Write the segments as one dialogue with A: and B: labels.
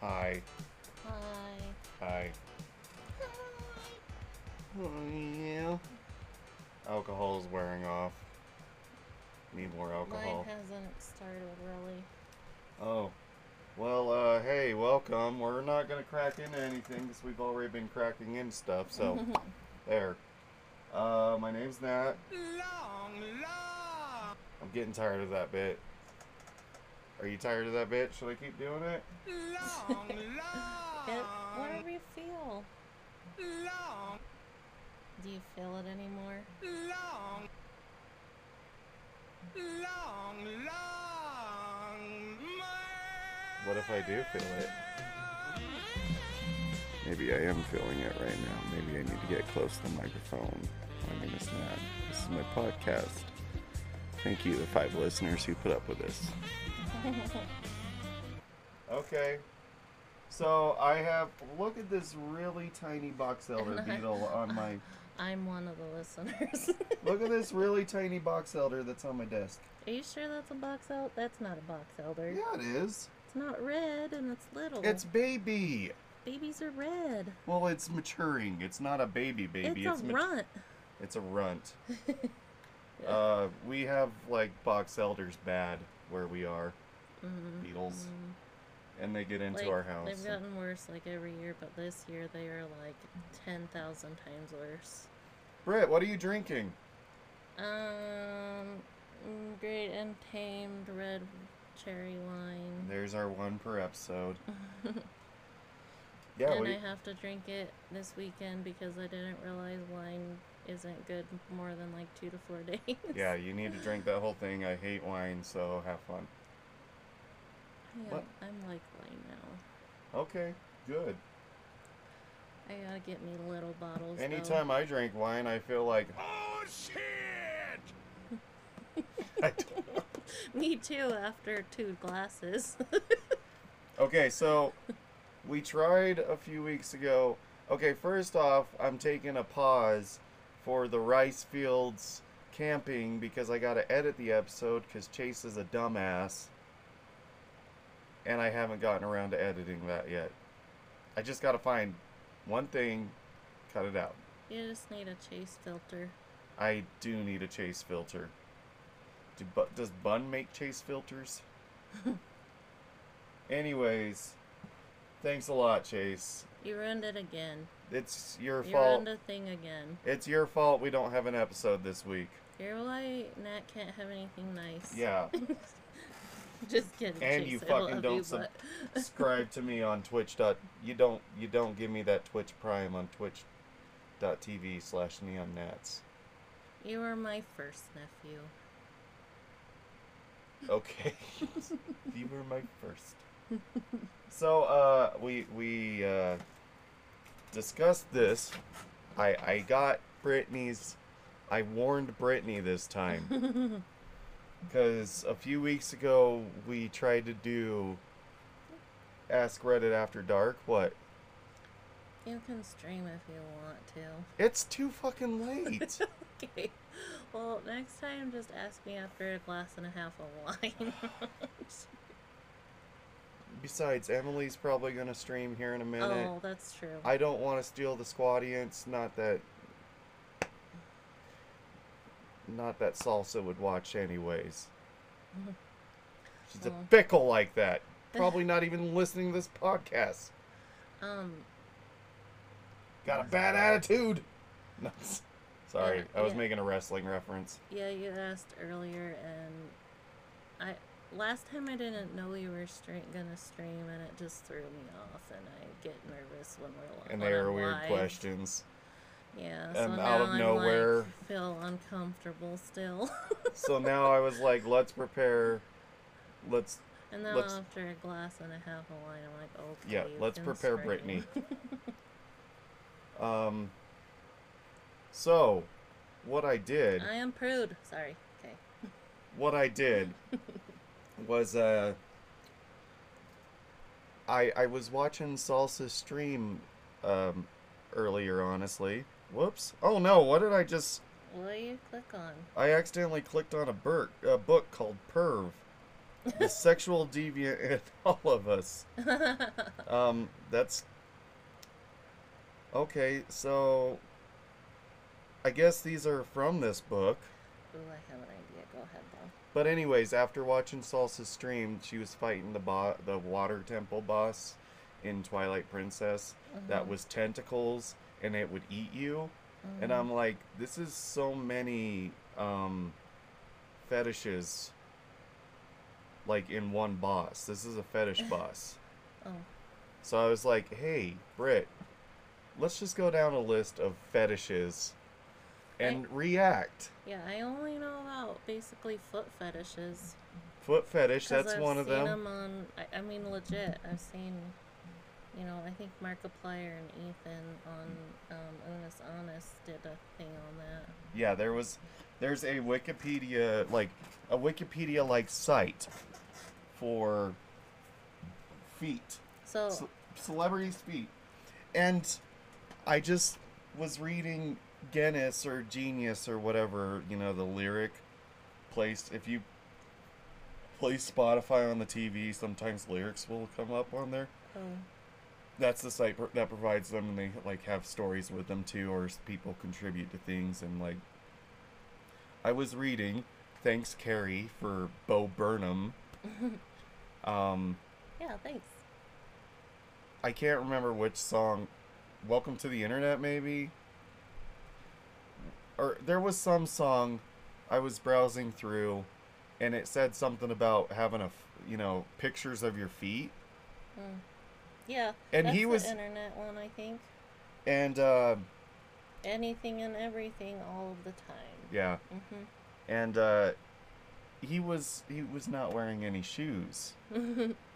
A: Hi.
B: Hi.
A: Hi. Oh, yeah. Alcohol is wearing off. Need more alcohol.
B: Mine hasn't started really.
A: Oh. Well, uh, hey, welcome. We're not gonna crack into anything because we've already been cracking in stuff, so there. Uh, my name's Nat.
C: Long, long,
A: I'm getting tired of that bit. Are you tired of that bit? Should I keep doing it?
C: long,
B: It,
C: long,
B: whatever you feel.
C: long,
B: Do you feel it anymore?
C: long, long, long.
A: What if I do feel it? Maybe I am feeling it right now. Maybe I need to get close to the microphone. My name is Nat. This is my podcast. Thank you, the five listeners who put up with this. okay. So I have. Look at this really tiny box elder beetle on my.
B: I'm one of the listeners.
A: Look at this really tiny box elder that's on my desk.
B: Are you sure that's a box elder? That's not a box elder.
A: Yeah, it is.
B: It's not red and it's little.
A: It's baby.
B: Babies are red.
A: Well, it's maturing. It's not a baby baby.
B: it's a
A: mat-
B: runt.
A: It's a runt. uh, we have like box elders bad where we are,
B: Mm,
A: beetles,
B: mm.
A: and they get into
B: Like,
A: our house.
B: They've gotten worse like every year, but this year they are like 10,000 times worse.
A: Britt, what are you drinking?
B: Um, mm, great untamed red cherry wine.
A: There's our one per episode. yeah,
B: and
A: what do
B: I
A: you-
B: have to drink it this weekend because I didn't realize wine isn't good more than like two to four days.
A: yeah, you need to drink that whole thing. I hate wine, so have fun.
B: Yeah,
A: What?
B: I'm like wine now.
A: Okay, good.
B: I gotta get me little bottles. though.
A: Anytime I drink wine, I feel like
C: Oh shit!
A: I don't
B: me too. After two glasses.
A: Okay, so we tried a few weeks ago. Okay, first off, I'm taking a pause for the rice fields camping because I got to edit the episode because Chase is a dumbass. And I haven't gotten around to editing that yet. I just got to find one thing, cut it out.
B: you just need a chase filter.
A: I do need a Chase filter. Do, Bu- does Bun make Chase filters? Anyways, thanks a lot, Chase.
B: You ruined it again.
A: It's your
B: You
A: fault.
B: ruined a thing again.
A: It's your fault we don't have an episode this week.
B: You're why Nat can't have anything nice.
A: Yeah.
B: Just kidding.
A: And
B: Chase,
A: you
B: I
A: fucking
B: love
A: don't
B: you,
A: sub-
B: but-
A: Subscribe to me on Twitch. Dot, you don't you don't give me that Twitch Prime on Twitch. Dot TV slash neon nats.
B: You are my first nephew.
A: Okay. you were my first. So uh, we we uh, discussed this. I I got Brittany's. I warned Brittany this time because a few weeks ago we tried to do Ask Reddit After Dark. What?
B: You can stream if you want to.
A: It's too fucking late.
B: Okay. Well, next time just ask me after a glass and a half of wine.
A: Besides, Emily's probably gonna stream here in a minute.
B: oh, that's true.
A: I don't want to steal the audience. Not that. Not that Salsa would watch, anyways. She's a
B: Oh.
A: fickle like that. Probably not even listening to this podcast.
B: um.
A: Got a bad attitude. No, s- Sorry,
B: Yeah,
A: I was
B: yeah.
A: making a wrestling reference.
B: Yeah, you asked earlier, and I last time I didn't know we were stream gonna stream, and it just threw me off, and I get nervous when we're li-
A: And
B: when
A: they are
B: I'm
A: weird
B: live.
A: questions.
B: Yeah. So
A: And
B: now
A: out of
B: I'm
A: nowhere-
B: like, feel uncomfortable still.
A: so now I was like, let's prepare. Let's
B: And then
A: Let's-
B: after a glass and a half of wine, I'm like, okay.
A: Yeah,
B: you
A: let's
B: can
A: prepare
B: scream.
A: Brittany. um. So, what I did,
B: I am prude. Sorry. Okay.
A: what I did, was uh. I I was watching Salsa stream, um, earlier. Honestly, whoops. Oh no! What did I just?
B: What do you click on?
A: I accidentally clicked on a book a book called Perv. the sexual deviant in all of us. Um, that's okay. So, I guess these are from this book.
B: Ooh, I have an idea. Go ahead, though.
A: But anyways, after watching Salsa stream, she was fighting the bo- the water temple boss in Twilight Princess
B: Mm-hmm.
A: that was tentacles and it would eat you. And I'm
B: Mm-hmm.
A: like, this is so many um fetishes like in one boss. This is a fetish boss.
B: Oh,
A: So I was like, hey, Britt, let's just go down a list of fetishes and react.
B: yeah. I only know about basically foot fetishes.
A: Foot fetish,
B: 'cause
A: that's
B: I've
A: one of
B: seen
A: them.
B: 'em on, I, I mean, legit. I've seen, you know, I think Markiplier and Ethan on um, Unis Honest did a thing on that.
A: Yeah, there was there's a Wikipedia like a Wikipedia like site for feet.
B: So,
A: Ce- celebrities feet. And I just was reading Guinness or Genius or whatever, you know, the lyric placed if you play Spotify on the TV, sometimes lyrics will come up on there.
B: oh,
A: That's the site pro- that provides them and they like have stories with them too or s- people contribute to things and like I was reading Thanks Carrie for Bo Burnham. um
B: yeah. Thanks.
A: I can't remember which song. Welcome to the Internet, maybe? Or there was some song I was browsing through and it said something about having a, f- you know, pictures of your feet.
B: Yeah.
A: And
B: that's
A: he was-
B: the internet one, I think.
A: And, uh,
B: Anything and everything, all of the time.
A: yeah.
B: Mhm.
A: And, uh, he was he was not wearing any shoes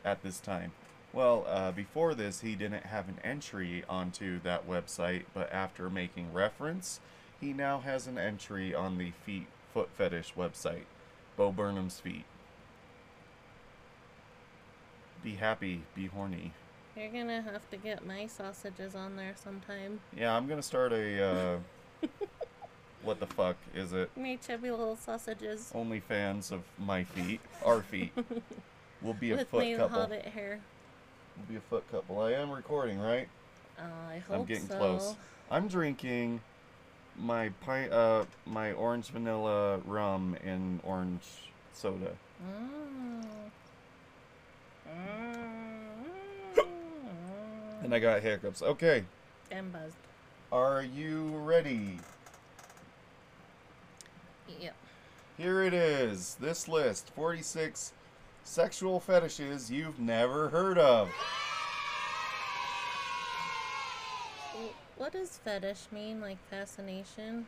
A: at this time. Well, uh, before this, he didn't have an entry onto that website, but after making reference, he now has an entry on the feet foot fetish website, Bo Burnham's feet. Be happy, be horny.
B: You're gonna have to get my sausages on there sometime.
A: Yeah, I'm gonna start a uh, what the fuck is it?
B: My chubby little sausages
A: Only fans of my feet, our feet. We'll be a
B: with
A: foot
B: my
A: couple.
B: hobbit hair.
A: We'll be a foot couple. I am recording, right?
B: Uh, I hope
A: I'm getting
B: so.
A: close. I'm drinking my pint, uh, my orange vanilla rum and orange soda.
B: Mm. Mm.
A: And I got hiccups. Okay,
B: I'm buzzed.
A: are you ready?
B: Yep.
A: Here it is. This list: 46 sexual fetishes you've never heard of.
B: W- What does fetish mean? Like fascination?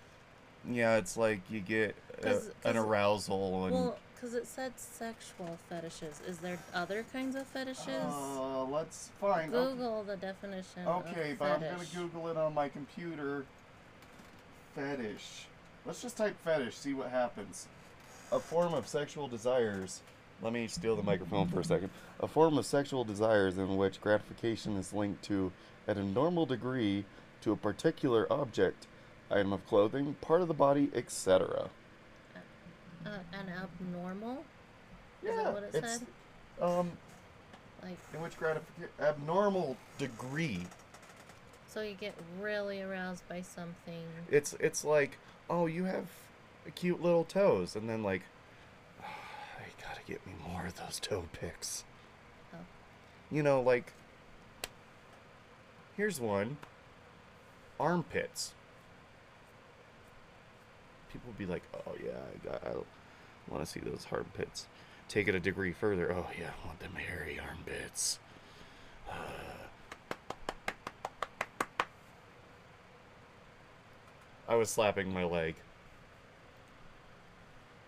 A: Yeah, it's like you get uh
B: 'Cause-
A: an
B: 'cause-
A: arousal and.
B: Well, because it said sexual fetishes. Is there other kinds of fetishes?
A: uh, let's find. okay.
B: Google the definition.
A: Okay,
B: of
A: but I'm
B: fetish.
A: gonna Google it on my computer. Fetish. Let's just type fetish, see what happens. A form of sexual desires. Let me steal the microphone for a second. A form of sexual desires in which gratification is linked to, at a normal degree, to a particular object, item of clothing, part of the body, etc.
B: Uh, an abnormal, that what it
A: it's
B: said?
A: um,
B: like
A: in which gratification abnormal degree.
B: so you get really aroused by something.
A: It's it's like, oh, you have cute little toes, and then like, I gotta get me more of those toe picks.
B: Oh.
A: You know, like, here's one. Armpits. People be like, oh yeah, I got, I want to see those armpits. Take it a degree further. Oh yeah, I want them hairy armpits. I was slapping my leg.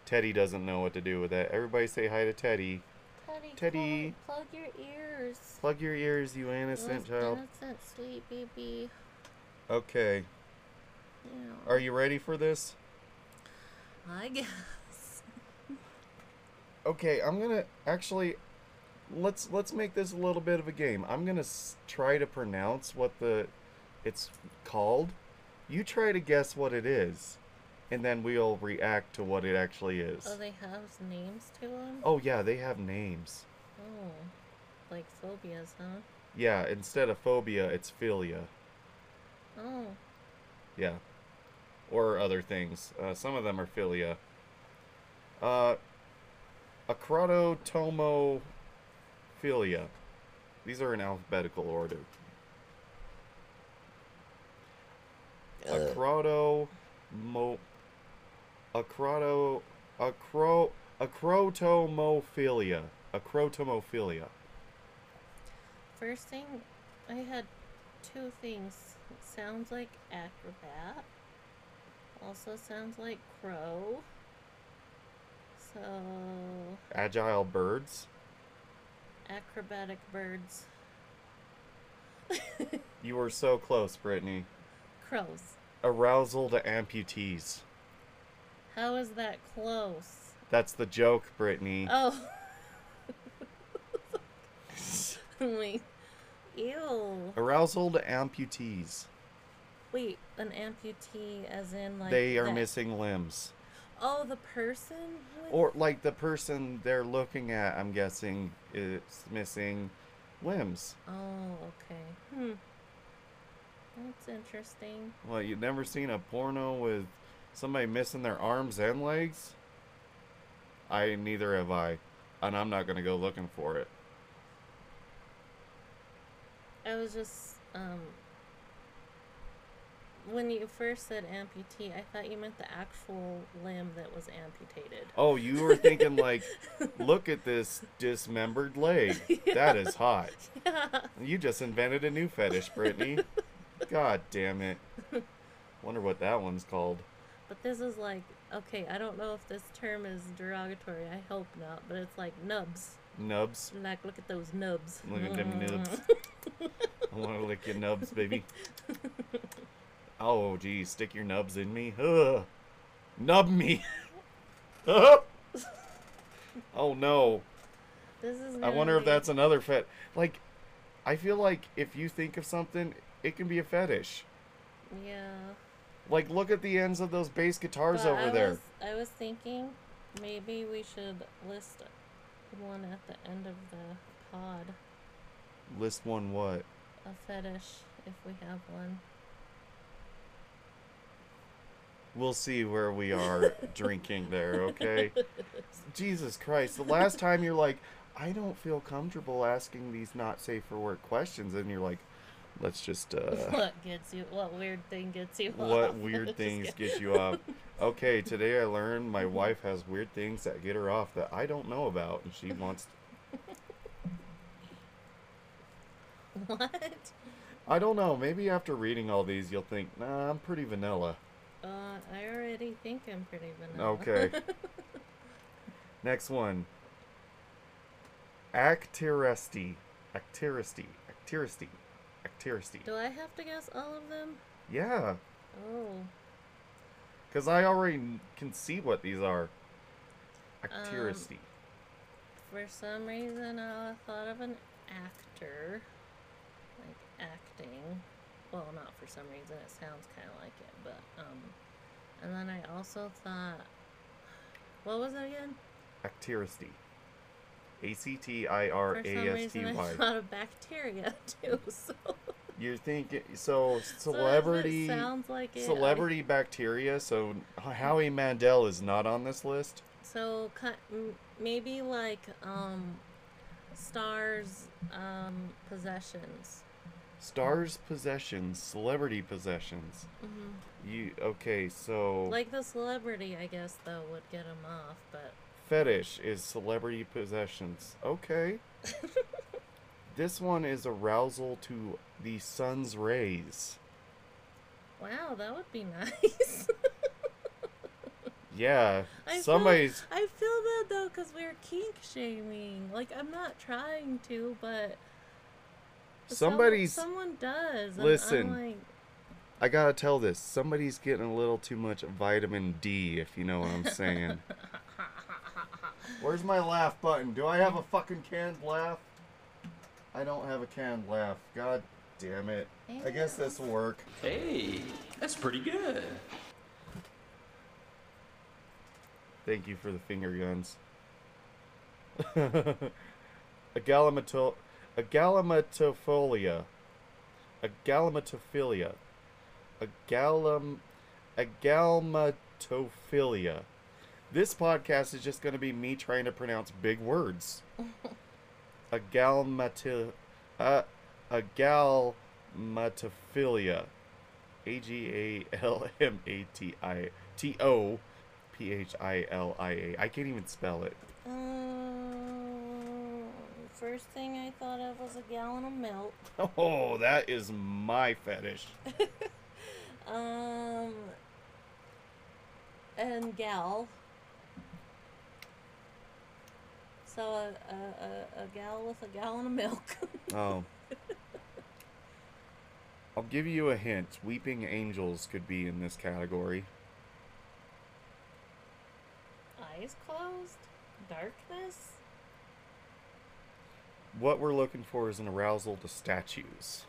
A: Teddy doesn't know what to do with that. Everybody say hi to Teddy.
B: Teddy,
A: Teddy.
B: Plug, plug your ears.
A: Plug your ears, you innocent
B: Little
A: child.
B: Innocent, sweet baby.
A: Okay.
B: You know.
A: Are you ready for this?
B: I guess.
A: Okay, I'm gonna actually let's let's make this a little bit of a game. I'm gonna s- try to pronounce what the it's called. You try to guess what it is. and then we'll react to what it actually is.
B: Oh, they have names to them?
A: Oh yeah, they have names.
B: Oh, like phobias, huh?
A: Yeah, instead of phobia, it's philia.
B: Oh,
A: Yeah. Or other things. Uh, some of them are philia. Uh, acrotomophilia. These are in alphabetical order. Acrotomo. Acroto. Acro. Acrotomophilia. Acrotomophilia.
B: first thing, I had two things. It sounds like acrobat. Also sounds like crow. So,
A: Agile birds.
B: acrobatic birds.
A: You were so close, Brittany.
B: Crows.
A: Arousal to amputees.
B: How is that close?
A: That's the joke, Brittany.
B: Oh. Wait. Ew.
A: Arousal to amputees.
B: Wait, an amputee, as in like
A: they are
B: that-
A: missing limbs.
B: Oh, the person. with-
A: Or, like, the person they're looking at, I'm guessing, is missing limbs.
B: Oh, okay. Hmm. That's interesting.
A: Well, you've never seen a porno with somebody missing their arms and legs? I neither have I. And I'm not going to go looking for it.
B: I was just um. When you first said amputee, I thought you meant the actual limb that was amputated.
A: Oh, you were thinking, like, look at this dismembered leg. That is hot.
B: Yeah.
A: You just invented a new fetish, Brittany. God damn it. Wonder what that one's called.
B: But this is like okay. I don't know if this term is derogatory. I hope not. But it's like nubs.
A: Nubs.
B: Like look at those nubs.
A: Look at them nubs. I want to lick your nubs, baby. Oh, geez. Stick your nubs in me. Ugh. Nub me. Ugh. oh, no.
B: This is.
A: I
B: gonna
A: wonder if
B: be-
A: that's another fet. Like, I feel like if you think of something, it can be a fetish.
B: Yeah.
A: Like, look at the ends of those bass guitars
B: But
A: over
B: I
A: there.
B: Was, I was thinking maybe we should list one at the end of the pod,
A: List one what?
B: a fetish, if we have one.
A: We'll see where we are drinking there, okay? Jesus Christ. The last time you're like, I don't feel comfortable asking these not safe for work questions. And you're like, let's just, uh,
B: what gets you? What weird thing gets you? off?
A: what weird
B: Just
A: things
B: kidding.
A: get you up? Okay, today I learned my wife has weird things that get her off that I don't know about. And she wants,
B: What?
A: I don't know. Maybe after reading all these, you'll think, nah, I'm pretty vanilla.
B: Uh, I already think I'm pretty vanilla.
A: Okay. Next one. Actiresti. Actiresti. Actiresti. Actiresti.
B: Do I have to guess all of them?
A: Yeah,
B: Oh.
A: because I already kn- can see what these are.
B: Um,
A: Actiresti.
B: For some reason, I thought of an actor, like acting. Well, not for some reason. It sounds kind of like it, but um. And then I also thought, what was it again?
A: Actiresti. A C T I R
B: For some
A: A S
B: reason,
A: T
B: I
A: Y.
B: thought of bacteria too. So
A: You're thinking so
B: so if it
A: celebrity
B: sounds like it. I-
A: celebrity bacteria. So H- Howie Mandel is not on this list.
B: so ki- m- maybe like um, stars um possessions.
A: Stars possessions, celebrity possessions.
B: hmm
A: You okay? So
B: Like the celebrity, I guess though would get them off, but
A: Fetish is celebrity possessions. Okay. this one is arousal to the sun's rays.
B: Wow, that would be nice.
A: Yeah.
B: I feel-
A: somebody's
B: I feel that though, because we're kink shaming. Like I'm not trying to, but some-
A: somebody's
B: someone does. and
A: Listen.
B: I'm like,
A: I got to tell this. Somebody's getting a little too much vitamin D, if you know what I'm saying. Where's my laugh button? Do I have a fucking canned laugh? I don't have a canned laugh. God damn it. I guess this will work.
D: Hey, that's pretty good.
A: Thank you for the finger guns. a gallimato, a gallimatophilia, a gallimatophilia, a gallim, a gallimatophilia. This podcast is just going to be me trying to pronounce big words. a galmati, a a galmatophilia. A G A L M A T I T O P H I L I A. I can't even spell it.
B: Um, first thing I thought of was a gallon of milk.
A: Oh, that is my fetish.
B: Um, and gal. So a, a, a, a gal with a gallon of milk.
A: Oh. I'll give you a hint. Weeping angels could be in this category.
B: Eyes closed. Darkness.
A: What we're looking for is an arousal to statues.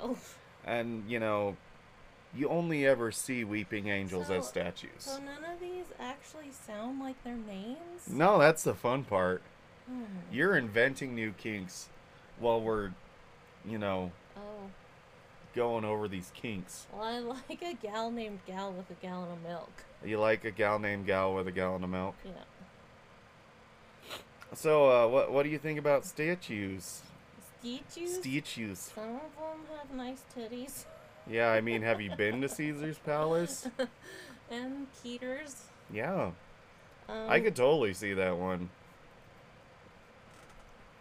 B: Oh,
A: And, you know, you only ever see weeping angels as
B: So-
A: statues.
B: so none of these actually sound like their names.
A: No, that's the fun part.
B: Hmm.
A: You're inventing new kinks while we're, you know,
B: Oh,
A: going over these kinks.
B: well, I like a gal named Gal with a gallon of milk.
A: You like a gal named Gal with a gallon of milk.
B: Yeah.
A: So, uh, what what do you think about statues?
B: Statues.
A: Statues.
B: Some of them have nice titties.
A: Yeah, I mean, have you been to Caesar's Palace?
B: and Keter's.
A: Yeah,
B: Um,
A: I could totally see that one.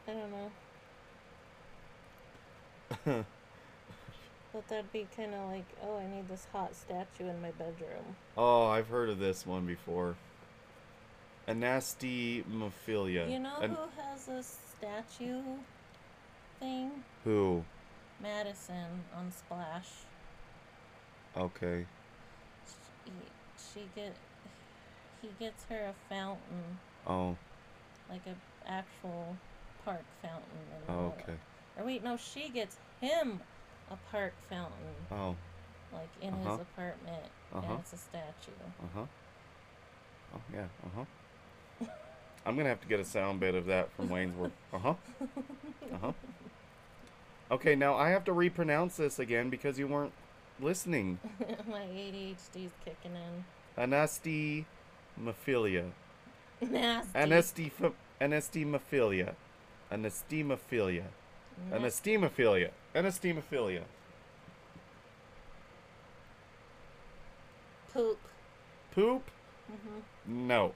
B: I don't know. but that'd be kind of like, oh, I need this hot statue in my bedroom.
A: Oh, I've heard of this one before. Anastomophilia.
B: You know
A: An-
B: who has a statue thing?
A: who?
B: Madison on Splash.
A: Okay.
B: She, she get, he gets her a fountain,
A: Oh,
B: like a actual park fountain. in the
A: oh,
B: middle.
A: okay.
B: Or wait, no, she gets him a park fountain.
A: Oh,
B: like in
A: Uh-huh.
B: his apartment,
A: Uh-huh.
B: and it's a statue.
A: uh huh. Oh yeah, uh huh. I'm gonna have to get a sound bit of that from Wayne's work. Uh huh. Uh huh. Okay, now I have to repronounce this again because you weren't listening.
B: My ADHD's kicking in.
A: Anastomophilia.
B: Nasty.
A: Anestif- Anestemophilia. Anestemophilia.
B: Na-
A: Anestemophilia. Anestemophilia.
B: poop.
A: Poop?
B: hmm
A: No.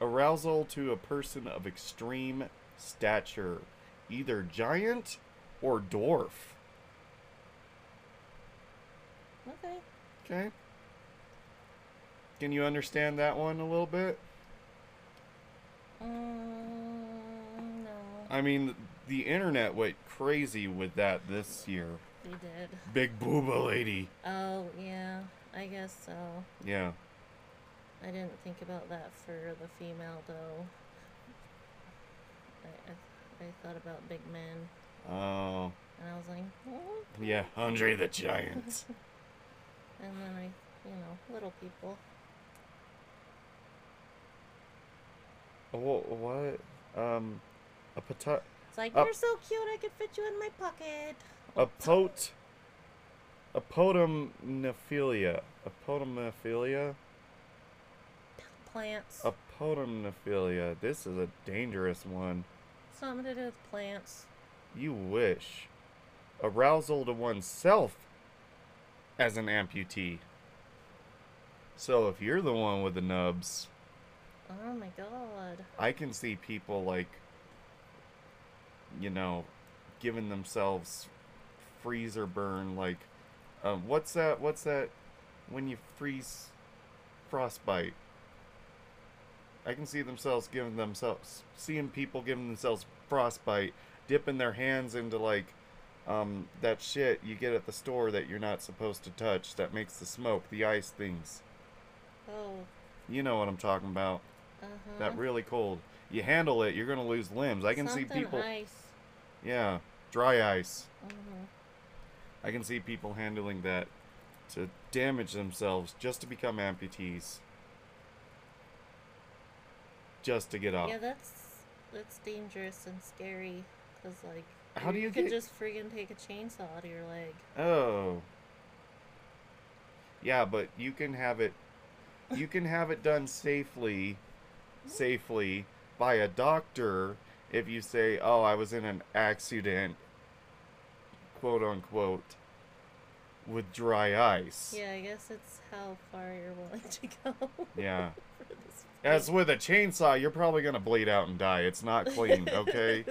A: Arousal to a person of extreme stature, either giant or dwarf.
B: Okay.
A: Okay? Can you understand that one a little bit?
B: Um, no,
A: I mean, the internet went crazy with that this year.
B: they did.
A: Big booba lady.
B: Oh yeah, I guess so.
A: Yeah.
B: I didn't think about that for the female though. I, I, I thought about big men,
A: Oh.
B: and I was like, "Oh,"
A: Yeah, Andre the Giant.
B: and then I, you know, little people.
A: Wha- what? Um, a pota-
B: It's like
A: Up.
B: you're so cute, I could fit you in my pocket.
A: a pot, a potomnophilia, a potomnophilia,
B: Plants.
A: a potomnophilia. This is a dangerous one.
B: Something to do with plants.
A: You wish. Arousal to oneself as an amputee. So if you're the one with the nubs,
B: Oh my god.
A: I can see people like, you know, giving themselves freezer burn. Like, um, what's that? What's that? When you freeze frostbite, I can see themselves giving themselves, seeing people giving themselves frostbite, dipping their hands into like um, that shit you get at the store that you're not supposed to touch. That makes the smoke, the ice things.
B: Oh.
A: You know what I'm talking about
B: Uh huh.
A: that really cold. You handle it, you're gonna lose limbs. I can
B: Something
A: see people.
B: Ice.
A: Yeah, dry ice.
B: Mm-hmm.
A: I can see people handling that to damage themselves just to become amputees. just to get up.
B: Yeah, that's that's dangerous and scary. Cause like,
A: How do you
B: could
A: get-
B: just friggin' take a chainsaw out of your leg.
A: Oh. Yeah, but you can have it you can have it done safely safely by a doctor if you say, "Oh, I was in an accident." quote unquote with dry ice.
B: Yeah, I guess it's how far you're willing to go.
A: Yeah.
B: for this
A: As
B: thing.
A: with a chainsaw, you're probably going to bleed out and die. It's not clean, okay?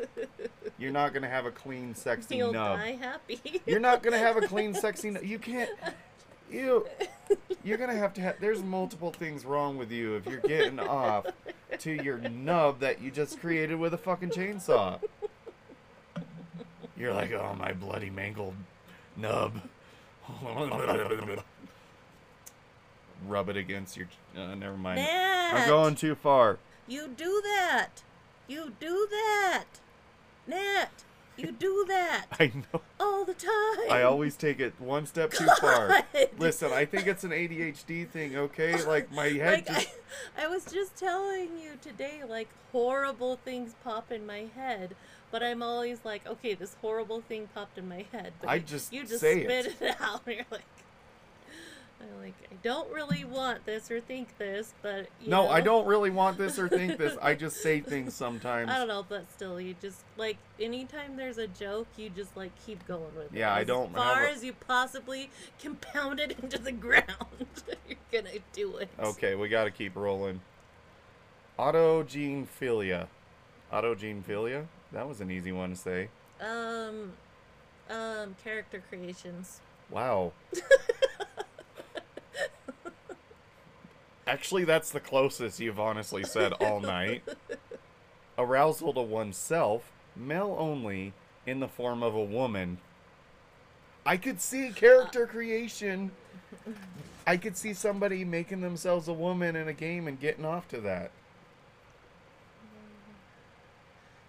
A: you're not going to have a clean sexy
B: You'll
A: nub.
B: die happy.
A: You're not gonna have a clean, sexy. No- you can't. You. You're gonna have to have. There's multiple things wrong with you if you're getting off to your nub that you just created with a fucking chainsaw. You're like, oh my bloody mangled nub. Rub it against your. Uh, never mind.
B: Matt,
A: I'm going too far.
B: you do that. You do that. Nat, you do that
A: I know.
B: all the time.
A: I always take it one step too far.
B: God.
A: Listen, I think it's an ADHD thing, okay? Like my head
B: like
A: just
B: I, I was just telling you today like horrible things pop in my head but i'm always like okay this horrible thing popped in my head but
A: I
B: you-
A: just
B: you just
A: say
B: spit
A: it.
B: it, out and you're like i'm like i don't really want this or think this but you
A: No, I
B: know,
A: don't really want this or think this. I just say things sometimes.
B: i don't know but still you just like anytime there's a joke you just like keep going with it
A: Yeah, I
B: as
A: don't have
B: far
A: a-
B: as you possibly can pound it into the ground you're gonna do it
A: Okay, we got to keep rolling. Autogenephilia. Autogenephilia? That was an easy one to say.
B: Um, um, character creations.
A: Wow. Actually, that's the closest you've honestly said all night. Arousal to oneself, male only, in the form of a woman. I could see character creation. I could see somebody making themselves a woman in a game and getting off to that.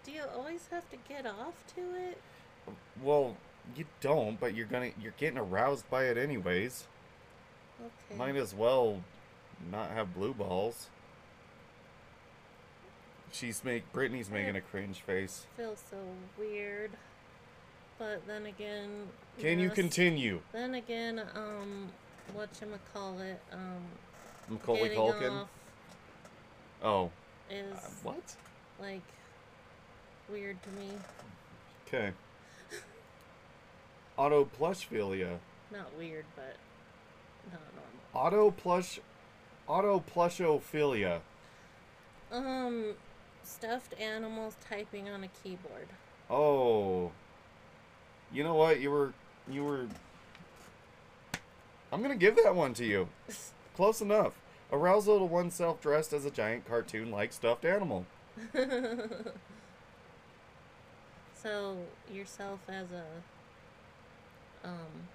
B: Do you always have to get off to it?
A: Well, you don't, but you're gonna you're getting aroused by it anyways.
B: Okay.
A: Might as well not have blue balls. She's make Brittany's making a cringe face.
B: feels so weird. But then again,
A: Can you
B: yes.
A: continue,
B: Then again, um, what call it? Um,
A: Macaulay
B: getting
A: Culkin?
B: off
A: Oh,
B: is
A: uh, what?
B: like weird to me.
A: Okay. Auto plushphilia.
B: Not weird, but not normal.
A: Auto plush. Auto plushophilia.
B: Um, stuffed animals typing on a keyboard.
A: Oh. You know what? You were you were I'm going to give that one to you. Close enough. Arousal to oneself dressed as a giant cartoon like stuffed animal.
B: So yourself as a um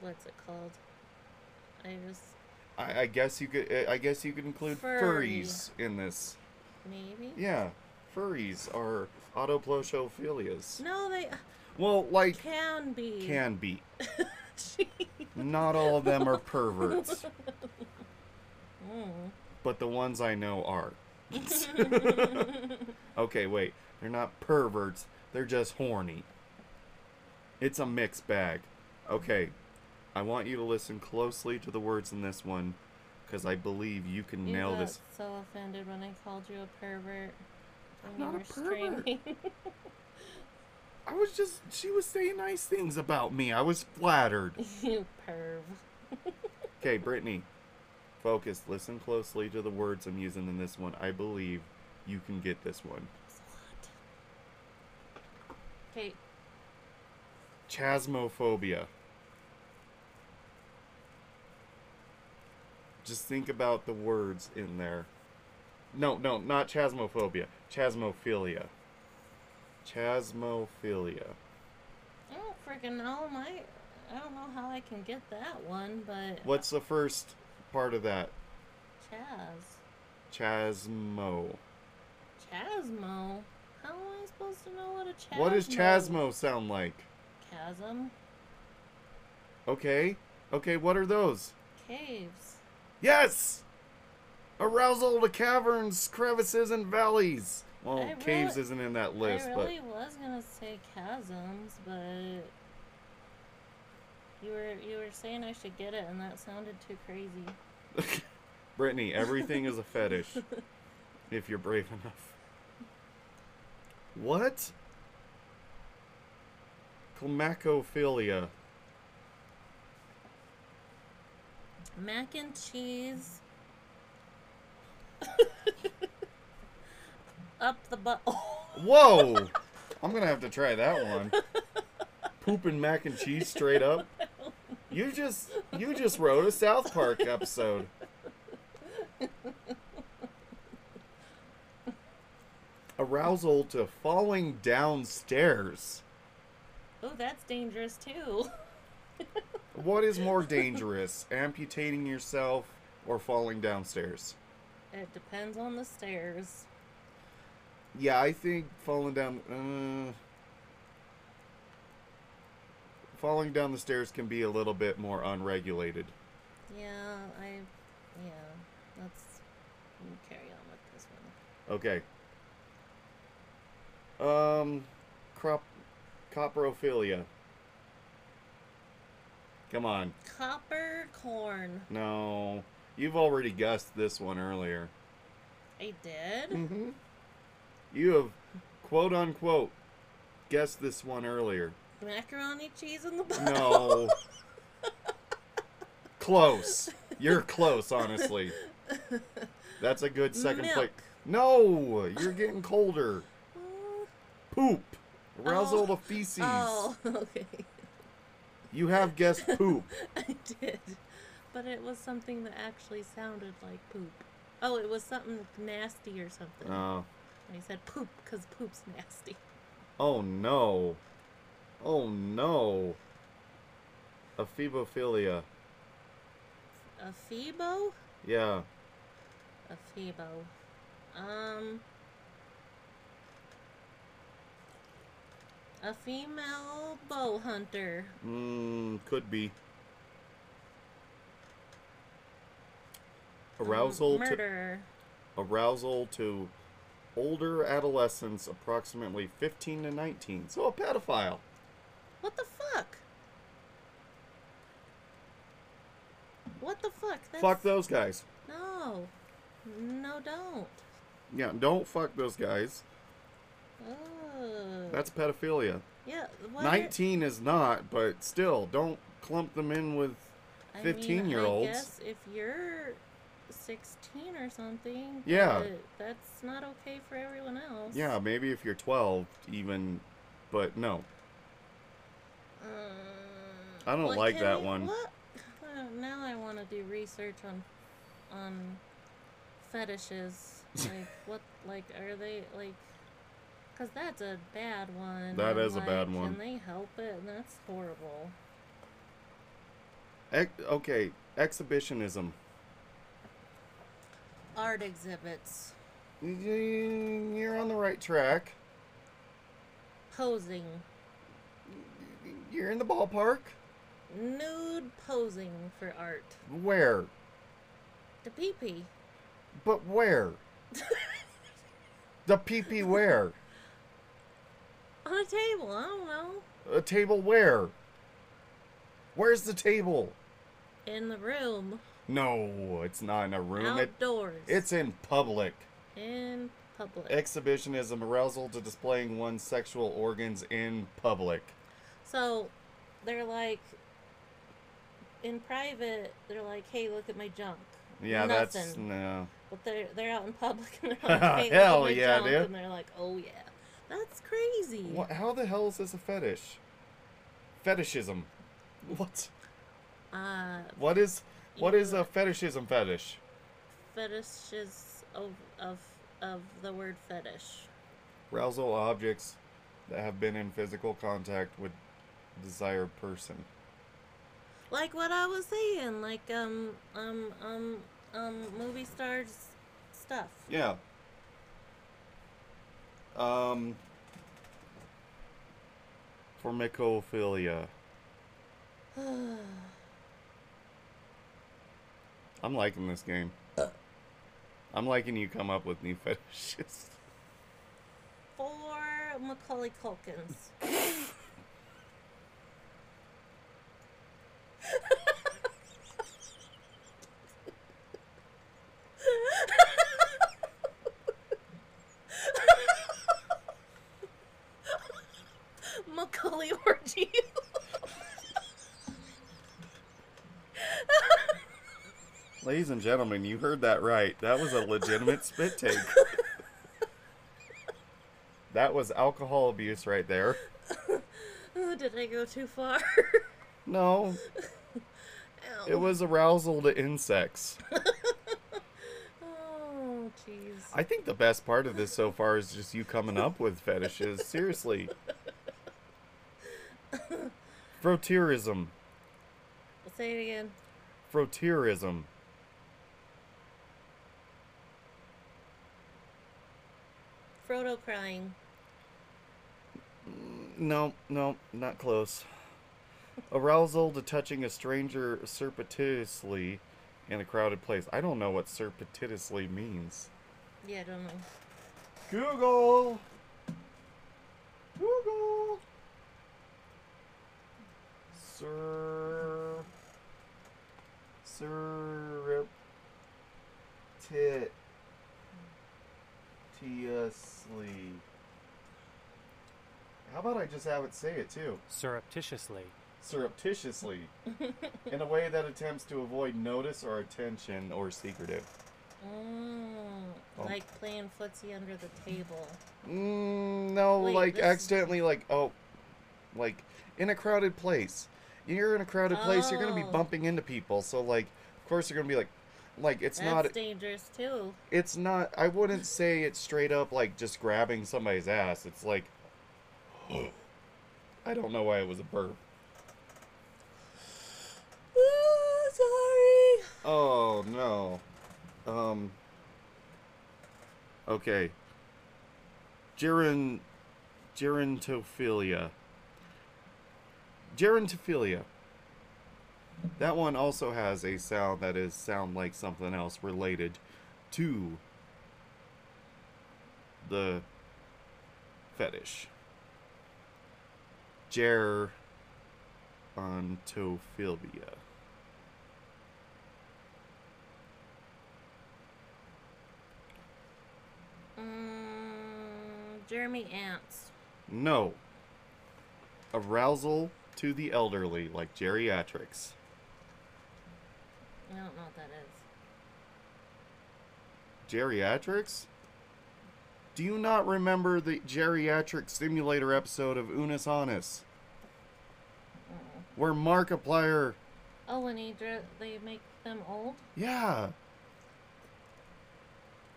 B: what's it called? I just
A: I, I guess you could I guess you could include
B: Furry.
A: furries in this.
B: maybe
A: Yeah. Furries are autoplosophilias.
B: No they
A: Well, like
B: can be
A: can be.
B: Gee.
A: Not all of them are perverts,
B: Mm.
A: but the ones I know are. Okay, wait. They're not perverts. They're just horny. It's a mixed bag. Okay. I want you to listen closely to the words in this one because I believe you can
B: You
A: nail
B: got
A: this.
B: so offended when I called you a pervert. when
A: I'm
B: you
A: not a
B: were
A: pervert.
B: streaming.
A: I was just, she was saying nice things about me. I was flattered.
B: you perv.
A: Okay, Brittany, focus. Listen closely to the words I'm using in this one. I believe you can get this one.
B: Okay.
A: Chasmophobia. Just think about the words in there. No, no, not chasmophobia. Chasmophilia. Chasmophilia.
B: I don't freaking know my I don't know how I can get that one, but
A: What's the first part of that?
B: Chaz.
A: Chasmo.
B: Chasmo? How am I supposed to know what a chasmo?
A: What does chasmo sound like?
B: Chasm.
A: Okay. Okay, what are those?
B: Caves.
A: Yes! Arousal to caverns, crevices, and valleys. Well,
B: I
A: caves
B: really-
A: isn't in that list,
B: I really was gonna say chasms, but you were you were saying I should get it, and that sounded too crazy.
A: but Brittany, everything is a fetish if you're brave enough. What? Climacophilia.
B: Mac and cheese up the butt. Oh,
A: Whoa! I'm gonna have to try that one. Poop and mac and cheese straight up. You just you just wrote a South Park episode. Arousal to falling downstairs.
B: oh, that's dangerous too.
A: What is more dangerous, amputating yourself or falling downstairs?
B: It depends on the stairs.
A: Yeah, I think falling down. Uh, falling down the stairs can be a little bit more unregulated.
B: Yeah, I. Yeah, let's carry on with this
A: Okay.
B: one.
A: Um, crop, coprophilia. Come on.
B: Copper corn.
A: No, you've already guessed this one earlier.
B: I did.
A: Mm-hmm. You have, quote unquote, guessed this one earlier.
B: Macaroni cheese in the butt.
A: No. close. You're close, honestly. That's a good second place.
B: Milk.
A: No, you're getting colder. Poop. Arousal
B: Oh.
A: to feces.
B: Oh, okay.
A: You have guessed poop.
B: I did. But it was something that actually sounded like poop. Oh, it was something nasty or something.
A: Oh.
B: I said poop because poop's nasty.
A: oh no. Oh no. Aphebophilia.
B: A Phoebo?
A: Yeah.
B: A Phoebo. Um. A female bow hunter.
A: Mm, could be. Arousal to
B: Oh, Murder.
A: arousal to older adolescents approximately 15 to 19 so a pedophile
B: What the fuck? What the fuck? That's...
A: fuck those guys
B: No. No, don't.
A: yeah don't fuck those guys
B: Oh.
A: that's pedophilia
B: yeah. what are-
A: 19 is not but still don't clump them in with
B: I mean,
A: 15 year
B: I
A: olds
B: guess if you're 16 or something.
A: Yeah.
B: but That's not okay for everyone else.
A: yeah maybe if you're 12 even but no
B: Um,
A: I don't
B: what
A: like
B: Mm. can
A: that
B: we-
A: one.
B: What? Uh, now I want to do research on on fetishes. Like what? Like are they like? Cause that's a bad one.
A: That
B: and,
A: is a bad
B: like,
A: one.
B: Can they help it? And that's horrible.
A: Ex- okay exhibitionism
B: Art exhibits,
A: Y- you're on the right track
B: posing,
A: you're in the ballpark
B: nude posing for art.
A: where
B: The pee pee.
A: But where? the PP where?
B: On a table, I don't know.
A: A table where? Where's the table?
B: In the room.
A: No, it's not in a room. It,
B: outdoors.
A: it's in public.
B: in public.
A: Exhibitionism, arousal to displaying one's sexual organs in public.
B: So they're like, in private, they're like, "Hey, look at my junk."
A: Yeah,
B: Nothing.
A: that's no.
B: But they're they're out in public and they're like, "Hey,
A: Hell
B: look at my
A: yeah,
B: junk,"
A: dude.
B: and they're like, "Oh yeah, that's crazy."
A: What, how the hell is this a fetish? Fetishism. What?
B: Uh,
A: What is what is a fetishism fetish?
B: fetishes of of of the word fetish.
A: Arousal objects that have been in physical contact with desired person.
B: Like what I was saying, like um um um um movie stars stuff.
A: Yeah. Um. Formicophilia. I'm liking this game. I'm liking you come up with new fetishes.
B: Four Macaulay Culkins. Macaulay orgy.
A: Ladies and gentlemen, you heard that right. That was a legitimate spit take. that was alcohol abuse right there.
B: oh, did I go too far?
A: No,
B: Ow.
A: it was arousal to insects.
B: Oh, jeez.
A: I think the best part of this so far is just you coming up with fetishes. Seriously. Frontierism.
B: Say it again.
A: Frontierism.
B: Frodo crying.
A: No, no, not close. Arousal to touching a stranger surreptitiously in a crowded place. I don't know what surreptitiously means.
B: Yeah, I don't know.
A: Google! Google! Sir. Sir. Tit. Tiously. How about I just have it say it too?
D: surreptitiously.
A: Surreptitiously. in a way that attempts to avoid notice or attention or secretive.
B: Mm,
A: Oh.
B: Like playing footsie under the table.
A: Mm, no,
B: Wait,
A: like
B: this-
A: accidentally, like oh, like in a crowded place. You're in a crowded place. You're gonna be
B: Oh.
A: bumping into people. So like, of course you're gonna be like, like it's
B: That's
A: not.
B: dangerous too.
A: It's not. I wouldn't say it's straight up like just grabbing somebody's ass. It's like, I don't know why it was a burp.
B: sorry.
A: Oh no. Um. Okay. Geron, gerontophilia. Gerontophilia. That one also has a sound that is sound like something else related to the fetish. Gerontophilia.
B: Mm, Jeremy Ants.
A: No. Arousal to the elderly, like geriatrics.
B: I don't know what that is.
A: Geriatrics? Do you not remember the geriatric simulator episode of Unis Honus? Where Markiplier.
B: Oh, when he dr- they make them old.
A: Yeah.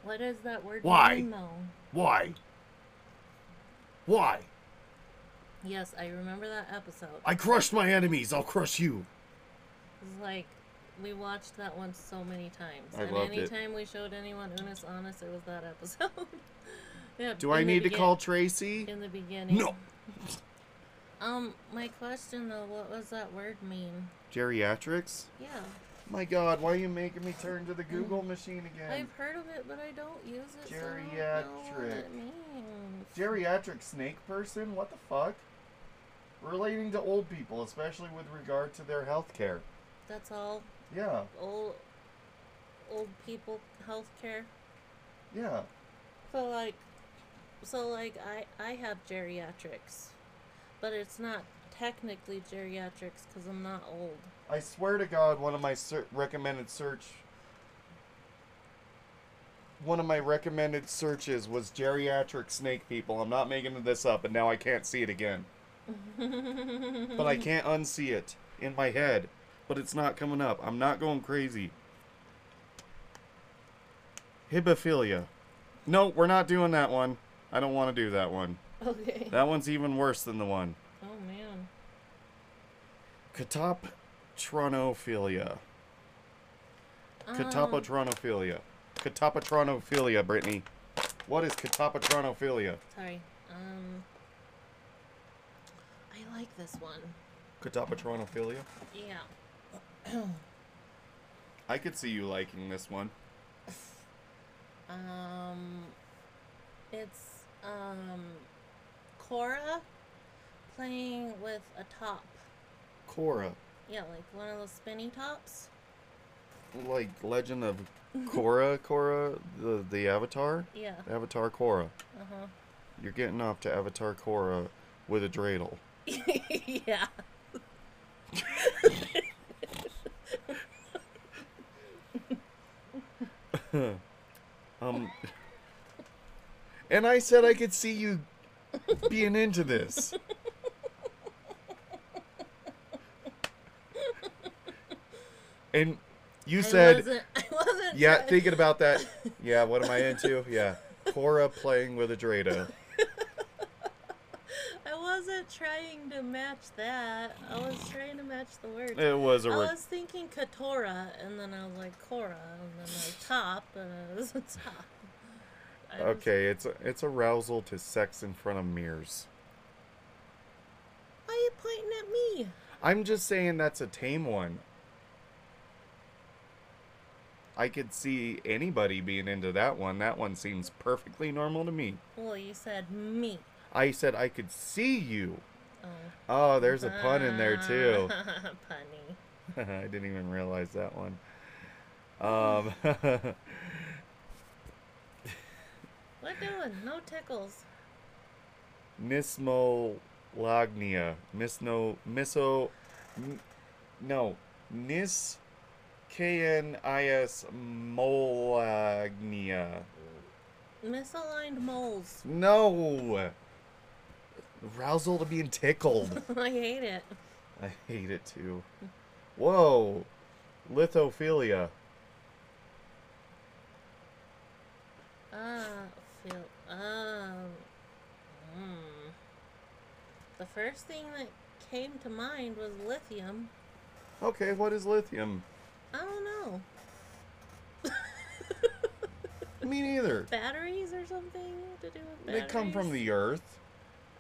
B: What is that word?
A: Why?
B: mean, though?
A: Why? Why?
B: Yes, I remember that episode.
A: I crushed my enemies, I'll crush you.
B: It's like we watched that one so many times.
A: I
B: and
A: loved it.
B: anytime we showed anyone Unis Honest, it was that episode. yeah,
A: Do I
B: in the
A: need to
B: begin-
A: call Tracy?
B: in the beginning?
A: No.
B: Um, my question though, what does that word mean?
A: Geriatrics?
B: Yeah,
A: My god, why are you making me turn to the Google machine again?
B: I've heard of it, but I don't use it. so I don't know what
A: Geriatric.
B: it means.
A: Geriatric snake person? What the fuck? Relating to old people, especially with regard to their health care.
B: That's all
A: Yeah,
B: old old people healthcare.
A: yeah.
B: So like, so like I I have geriatrics, but it's not technically geriatrics because I'm not old.
A: I swear to God, one of my ser- recommended search. One of my recommended searches was geriatric snake people. I'm not making this up, and now I can't see it again. but I can't unsee it in my head. But it's not coming up. I'm not going crazy. Hibophilia. No, we're not doing that one. I don't want to do that one.
B: Okay.
A: That one's even worse than the one.
B: Oh man.
A: Catoptronophilia.
B: Um,
A: Catopatronophilia. Catopatronophilia, Brittany. What is catopatronophilia?
B: sorry. Um. I like this one.
A: Catopatronophilia?
B: Yeah.
A: I could see you liking this one.
B: Um, it's um, Cora playing with a top.
A: Korra.
B: Yeah, like one of those spinny tops.
A: Like Legend of Korra, Korra, the, the Avatar?
B: Yeah.
A: Avatar Korra.
B: Uh huh.
A: You're getting off to Avatar Korra with a dreidel.
B: yeah.
A: Um, and I said I could see you being into this. And you
B: I
A: said,
B: wasn't, I wasn't
A: yeah,
B: trying-
A: thinking about that. Yeah, what am I into? Yeah, Korra playing with a Dreidel.
B: I wasn't trying to match that. I was trying to match the words.
A: It was a
B: I
A: re-
B: was thinking Katora, and then I was like Cora, and then like top, and it was a top. I was-
A: okay. It's it's arousal to sex in front of mirrors.
B: why are you pointing at me?
A: I'm just saying that's a tame one. I could see anybody being into that one. That one seems perfectly normal to me.
B: Well, you said me.
A: I said I could see you.
B: Oh. Ah.
A: Oh, there's a pun in there too.
B: Punny.
A: I didn't even realize that one. Um,
B: What doing? No tickles.
A: Nismolagnia. Misno. Miso. N- no. Nis. K N I S Molagnia.
B: Misaligned moles.
A: No. Arousal to being tickled.
B: I hate it.
A: I hate it too. Whoa. Lithophilia.
B: Ah, feel um. Mm. The first thing that came to mind was lithium.
A: Okay, what is lithium?
B: I don't know.
A: Me neither.
B: Batteries or something to do with
A: They
B: batteries.
A: come from the earth.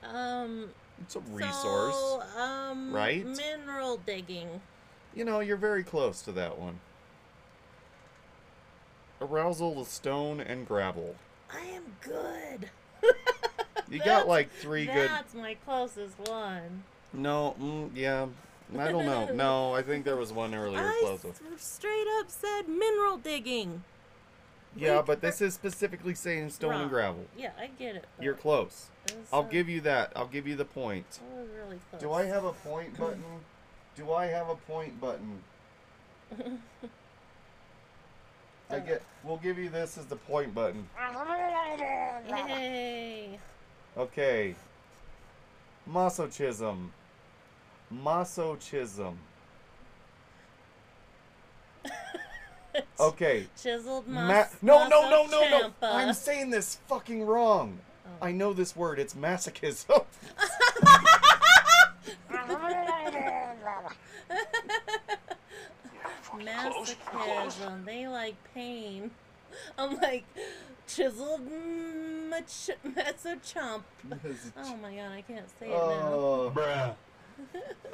B: um
A: It's a resource.
B: So, um,
A: right?
B: Mineral digging.
A: You know, you're very close to that one. Arousal to stone and gravel.
B: I am good.
A: You
B: That's-
A: got like three good.
B: That's my closest one.
A: No, mm, yeah. I don't know. No, I think there was one earlier
B: I
A: close.
B: s- straight up said mineral digging.
A: Yeah, but this is specifically saying stone
B: Wrong.
A: and gravel.
B: Yeah, I get it.
A: You're
B: but
A: close.
B: it was,
A: I'll
B: uh,
A: give you that. I'll give you the point.
B: I was really close.
A: Do I have a point button? Do I have a point button? I get. We'll give you this as the point button.
B: Yay!
A: Okay. Masochism. Masochism. Okay.
B: Chiseled
A: Ma-
B: mas-
A: no, no, no, no, no.
B: Champa.
A: I'm saying this fucking wrong.
B: Oh.
A: I know this word. It's masochism.
B: masochism. They like pain. I'm like chiseled mach- mesochamp. Oh my god, I can't say it now.
A: Oh, bruh.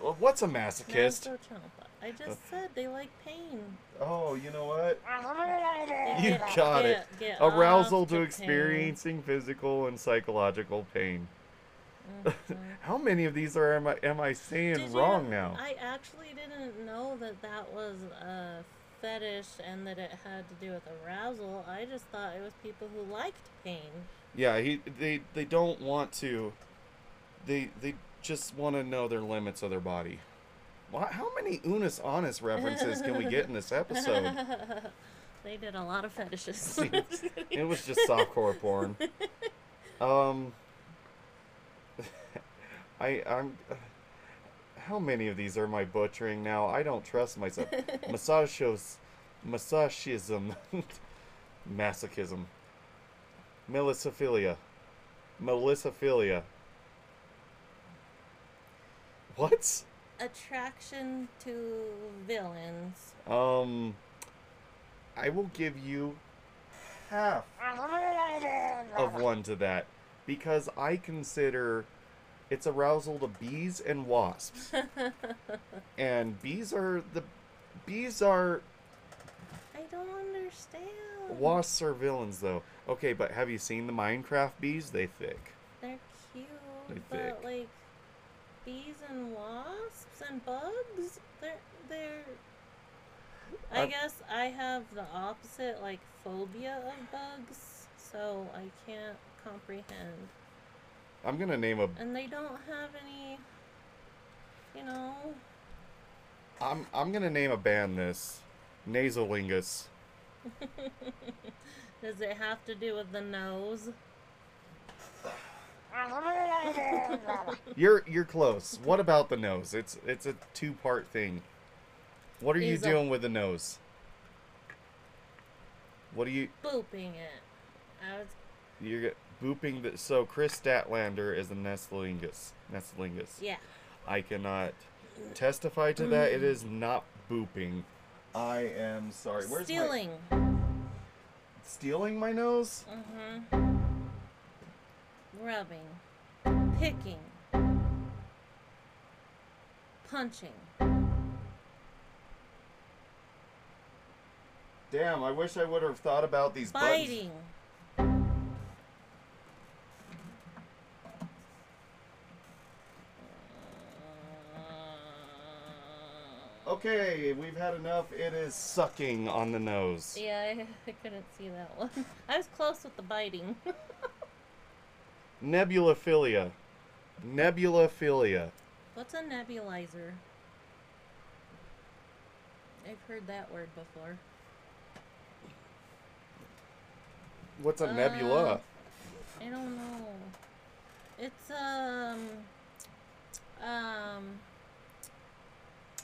A: Well, What's a masochist?
B: Mesochamp. I just
A: Uh.
B: said they like pain.
A: Oh, you know what?
B: They
A: You
B: get-
A: got it.
B: get- get
A: Arousal
B: off
A: to
B: pain.
A: experiencing physical and psychological pain. How many of these are am I, am I saying
B: Mm-hmm. Did you-
A: wrong now?
B: I actually didn't know that that was a fetish and that it had to do with arousal. I just thought it was people who liked pain.
A: Yeah, he they they don't want to. They they just want to know their limits of their body. Why, how many Unis Honest references can we get in this episode?
B: They did a lot of fetishes.
A: It was just softcore porn. Um, I I'm. How many of these are my butchering now? I don't trust myself. Masachos, masochism, masochism, melissophilia, melissophilia. What?
B: Attraction to villains.
A: Um, I will give you half of one to that because I consider it's arousal to bees and wasps. and bees are the bees are
B: I don't understand.
A: Wasps are villains, though. Okay, but have you seen the Minecraft bees? They thick.
B: They're cute,
A: They're
B: but
A: thick.
B: like bees and wasps and bugs, they're they're. I
A: I'm-
B: guess I have the opposite like phobia of bugs, so I can't comprehend.
A: I'm gonna name a.
B: And they don't have any, you know,
A: I'm I'm gonna name a band this. Nasolingus.
B: does it have to do with the nose?
A: You're you're close. What about the nose? It's it's a two part thing. What are you
B: Nasal.
A: doing with the nose? What are you
B: Booping it. I was
A: you're g- booping the so Chris Statlander is a Nestlingus. Nestlingus.
B: yeah.
A: I cannot testify to that. It is not booping. I am sorry.
B: Stealing.
A: my stealing my nose?
B: Mm-hmm. Rubbing. Picking. Punching.
A: Damn, I wish I would have thought about these buttons.
B: Biting.
A: Okay, we've had enough. It is sucking on the nose.
B: Yeah, I, I couldn't see that one. I was close with the biting.
A: Nebulophilia. Nebulophilia.
B: What's a nebulizer? I've heard that word before.
A: What's a
B: Uh,
A: nebula?
B: I don't know. It's um um.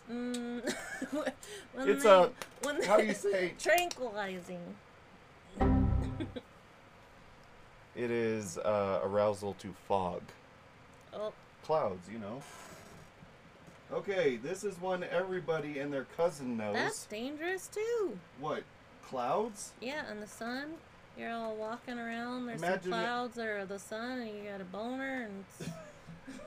B: Mm, when
A: It's
B: they-
A: a-
B: when
A: how do
B: they-
A: you say-
B: tranquilizing
A: It is uh, arousal to fog.
B: oh
A: Clouds, you know. Okay, this is one everybody and their cousin knows.
B: that's dangerous too
A: What? Clouds?
B: yeah and the sun you're all walking around there's
A: Imagine
B: some
A: it-
B: clouds or the sun and you got a boner and s-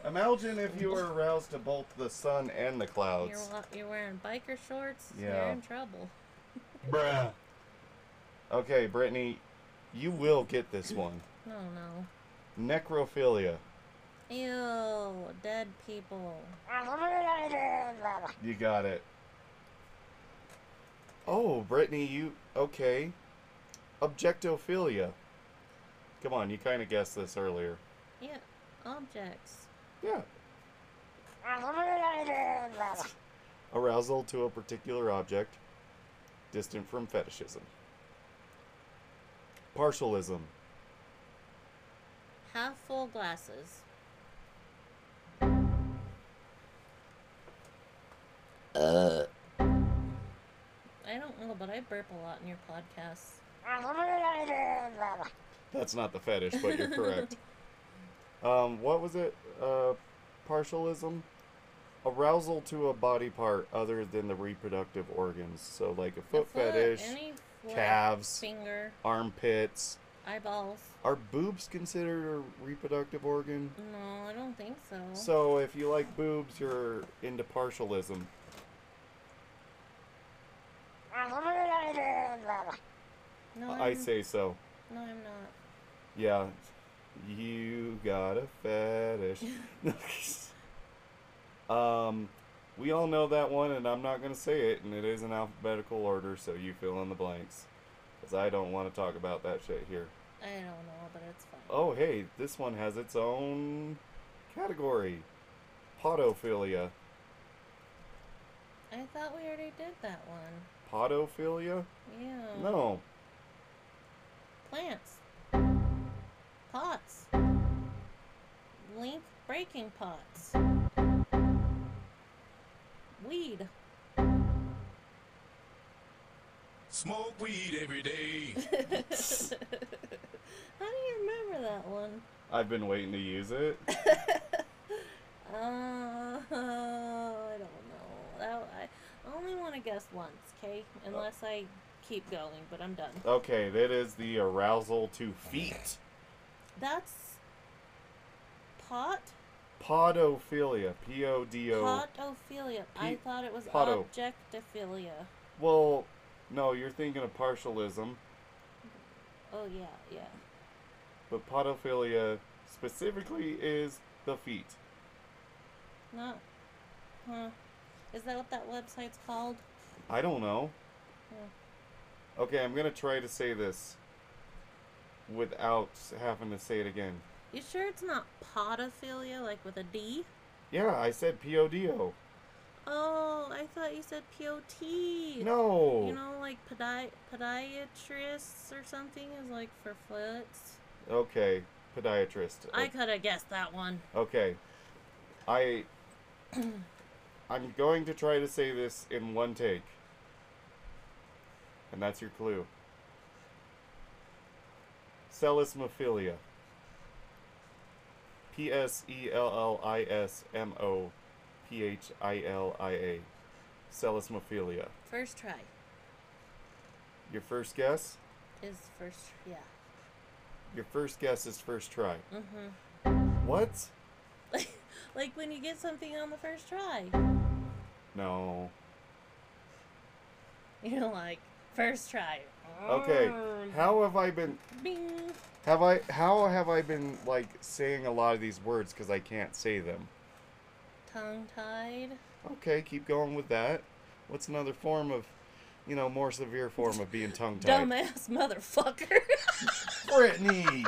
A: Imagine if you were aroused to both the sun and the
B: you're,
A: clouds.
B: wa- you're wearing biker shorts you're
A: Yeah.
B: in trouble
A: Bruh. Okay, Brittany, you will get this one.
B: no no
A: Necrophilia.
B: ew dead people
A: You got it. Oh, Brittany, you okay? Objectophilia. Come on, you kind of guessed this earlier.
B: yeah objects
A: Yeah. Arousal to a particular object, distant from fetishism. Partialism.
B: half full glasses
A: Uh.
B: I don't know, but I burp a lot in your podcasts.
A: That's not the fetish, but you're correct. um, what was it? Uh, partialism? Arousal to a body part other than the reproductive organs. So, like a foot,
B: The foot,
A: fetish,
B: any foot,
A: calves.
B: finger,
A: armpits.
B: eyeballs.
A: Are boobs considered a reproductive organ?
B: No, I don't think so.
A: So, if you like boobs, you're into partialism.
B: no,
A: I
B: I'm-
A: say so.
B: No, I'm not.
A: Yeah. You got a fetish. um, we all know that one, and I'm not going to say it, and it is in alphabetical order, so you fill in the blanks. Because I don't want to talk about that shit here.
B: I don't know, but it's fine.
A: Oh, hey, this one has its own category Podophilia.
B: I thought we already did that one.
A: Podophilia?
B: Yeah.
A: No.
B: Plants. Pots. Link breaking pots. Weed.
C: Smoke weed every day.
B: How do you remember that one?
A: I've been waiting to use it.
B: Uh, I don't know. That, I only want to guess once, okay? Unless I keep going, but I'm done.
A: Okay, that is the arousal to feet.
B: That's pot
A: Podophilia. P O D O.
B: potophilia. I
A: P-
B: thought it was
A: potto.
B: objectophilia.
A: Well, no, you're thinking of partialism.
B: Oh yeah, yeah.
A: But podophilia specifically is the feet.
B: Not. Huh. Is that what that website's called?
A: I don't know.
B: Yeah.
A: Okay, I'm gonna try to say this without having to say it again.
B: You sure it's not podophilia, like with a D?
A: Yeah, I said P O D O.
B: Oh, I thought you said P.O.T.
A: No.
B: You know, like podi- podiatrists or something is like for foots.
A: Okay, podiatrist.
B: I could have guessed that one.
A: Okay. I I'm going to try to say this in one take. And that's your clue. Celismophilia. P S E L L I S M O P H I L I A. Celismophilia.
B: First try
A: Your first guess?
B: is first, yeah.
A: Your first guess is first try.
B: Mm-hmm.
A: What?
B: like when you get something on the first try,
A: No.
B: you're like, first try.
A: Okay.
B: Arrgh.
A: How have I been
B: Bing.
A: Have I? How have I been like saying a lot of these words because I can't say them?
B: Tongue tied.
A: Okay, keep going with that. What's another form of, you know, more severe form of being tongue tied?
B: Dumbass motherfucker.
A: Brittany.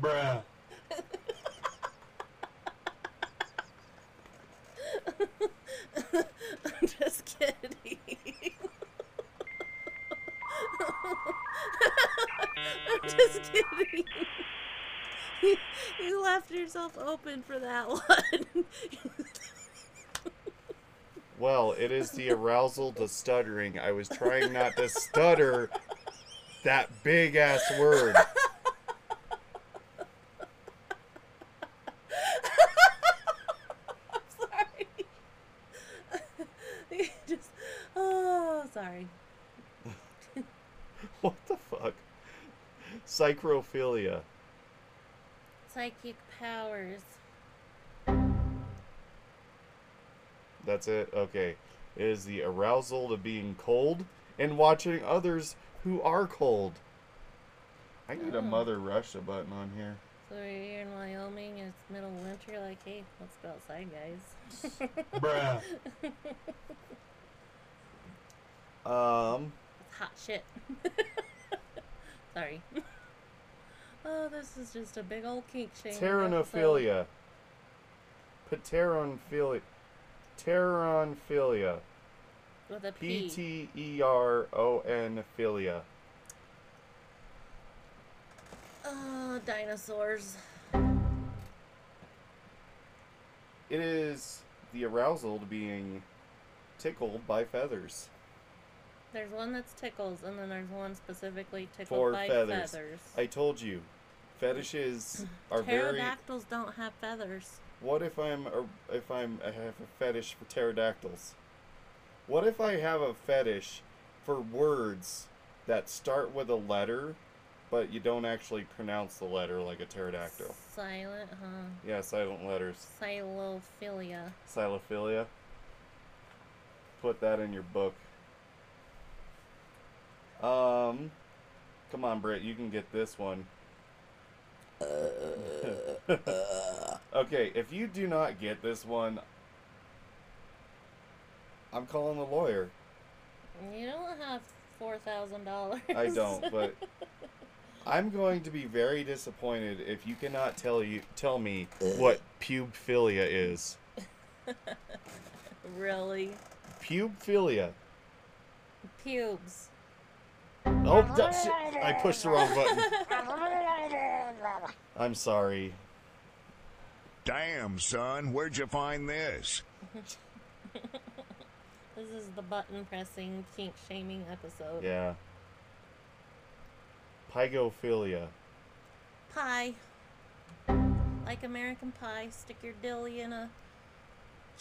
C: Bruh.
B: I'm just kidding. I'm just kidding. You, you left yourself open for that one.
A: Well, it is the arousal to stuttering. I was trying not to stutter that big ass word.
B: sorry. just, oh, sorry.
A: What the fuck? Psychrophilia.
B: Psychic powers.
A: That's it. Okay. It is the arousal to being cold and watching others who are cold. I need
B: Oh.
A: a Mother Russia button on here.
B: So we're here in Wyoming. It's middle of winter. Like, hey, let's go outside, guys.
C: Bruh.
A: Um,
B: It's hot shit. Sorry. Oh, this is just a big old kink shame.
A: pteranophilia. Pteranophilia. Pteranophilia.
B: With a P.
A: P T E R O N philia.
B: Oh, dinosaurs.
A: It is the arousal to being tickled by feathers.
B: There's one that's tickles, and then there's one specifically tickled
A: For
B: by
A: feathers.
B: feathers.
A: I told you, fetishes are very
B: Pterodactyls don't have feathers.
A: What if I'm a, if I'm I have a fetish for pterodactyls? What if I have a fetish for words that start with a letter, but you don't actually pronounce the letter like a pterodactyl?
B: Silent, huh?
A: Yeah, silent letters.
B: Silophilia.
A: Silophilia. Put that in your book. Um, come on, Britt, you can get this one. okay, if you do not get this one, I'm calling the lawyer.
B: You don't have four thousand dollars.
A: I don't, but I'm going to be very disappointed if you cannot tell you tell me what pubephilia is.
B: really,
A: Pubephilia.
B: pubes.
A: Oh, d- shit. I pushed the wrong button. I'm sorry.
C: Damn, son, where'd you find this?
B: This is the button pressing kink shaming episode.
A: Yeah. Pygophilia.
B: Pie. Like American pie, stick your dilly in a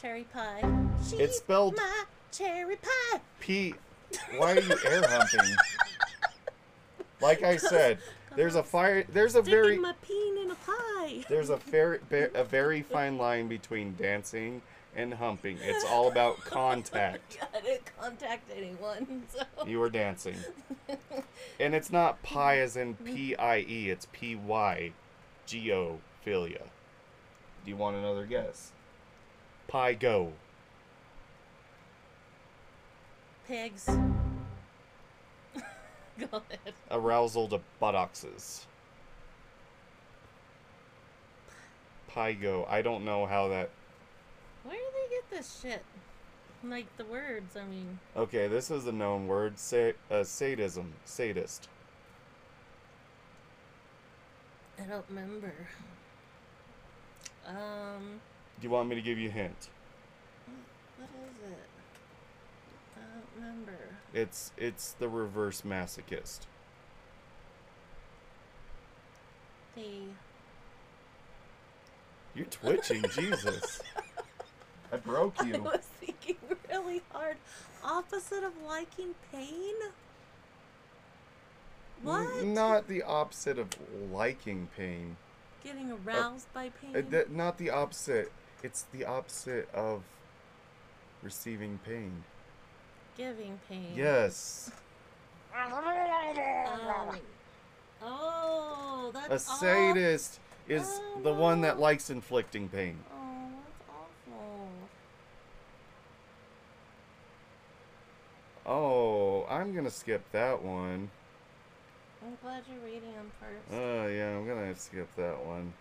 B: cherry pie. She's
A: It's spelled
B: my cherry pie.
A: P. Why are you air humping? Like I said, there's a fire. There's a
B: Sticking
A: very.
B: my peen in a pie.
A: There's a very a very fine line between dancing and humping. It's all about contact.
B: I didn't contact anyone, so
A: You are dancing. And it's not pie as in P I E, it's P Y geophilia. Do you want another guess? Pie go.
B: pigs. Go ahead.
A: Arousal to buttocks. Pie go. I don't know how that.
B: Where do they get this shit? Like the words, I mean.
A: Okay, this is a known word. Sa- uh, sadism. Sadist.
B: I don't remember. Um,
A: Do you want me to give you a hint?
B: what is it? I don't remember.
A: It's it's the reverse masochist.
B: The
A: You're twitching, Jesus. I broke
B: I
A: you.
B: was thinking really hard. Opposite of liking pain? What?
A: N- not the opposite of liking pain.
B: Getting aroused by pain?
A: Uh, th- not the opposite. It's the opposite of receiving pain.
B: Giving pain.
A: Yes.
B: Um, oh, that's
A: A
B: aw-
A: sadist is
B: Oh,
A: the one that
B: no.
A: likes inflicting pain.
B: Oh, that's awful.
A: Oh, I'm going to skip that one.
B: I'm glad you're reading them first.
A: Oh, yeah, I'm going to skip that one.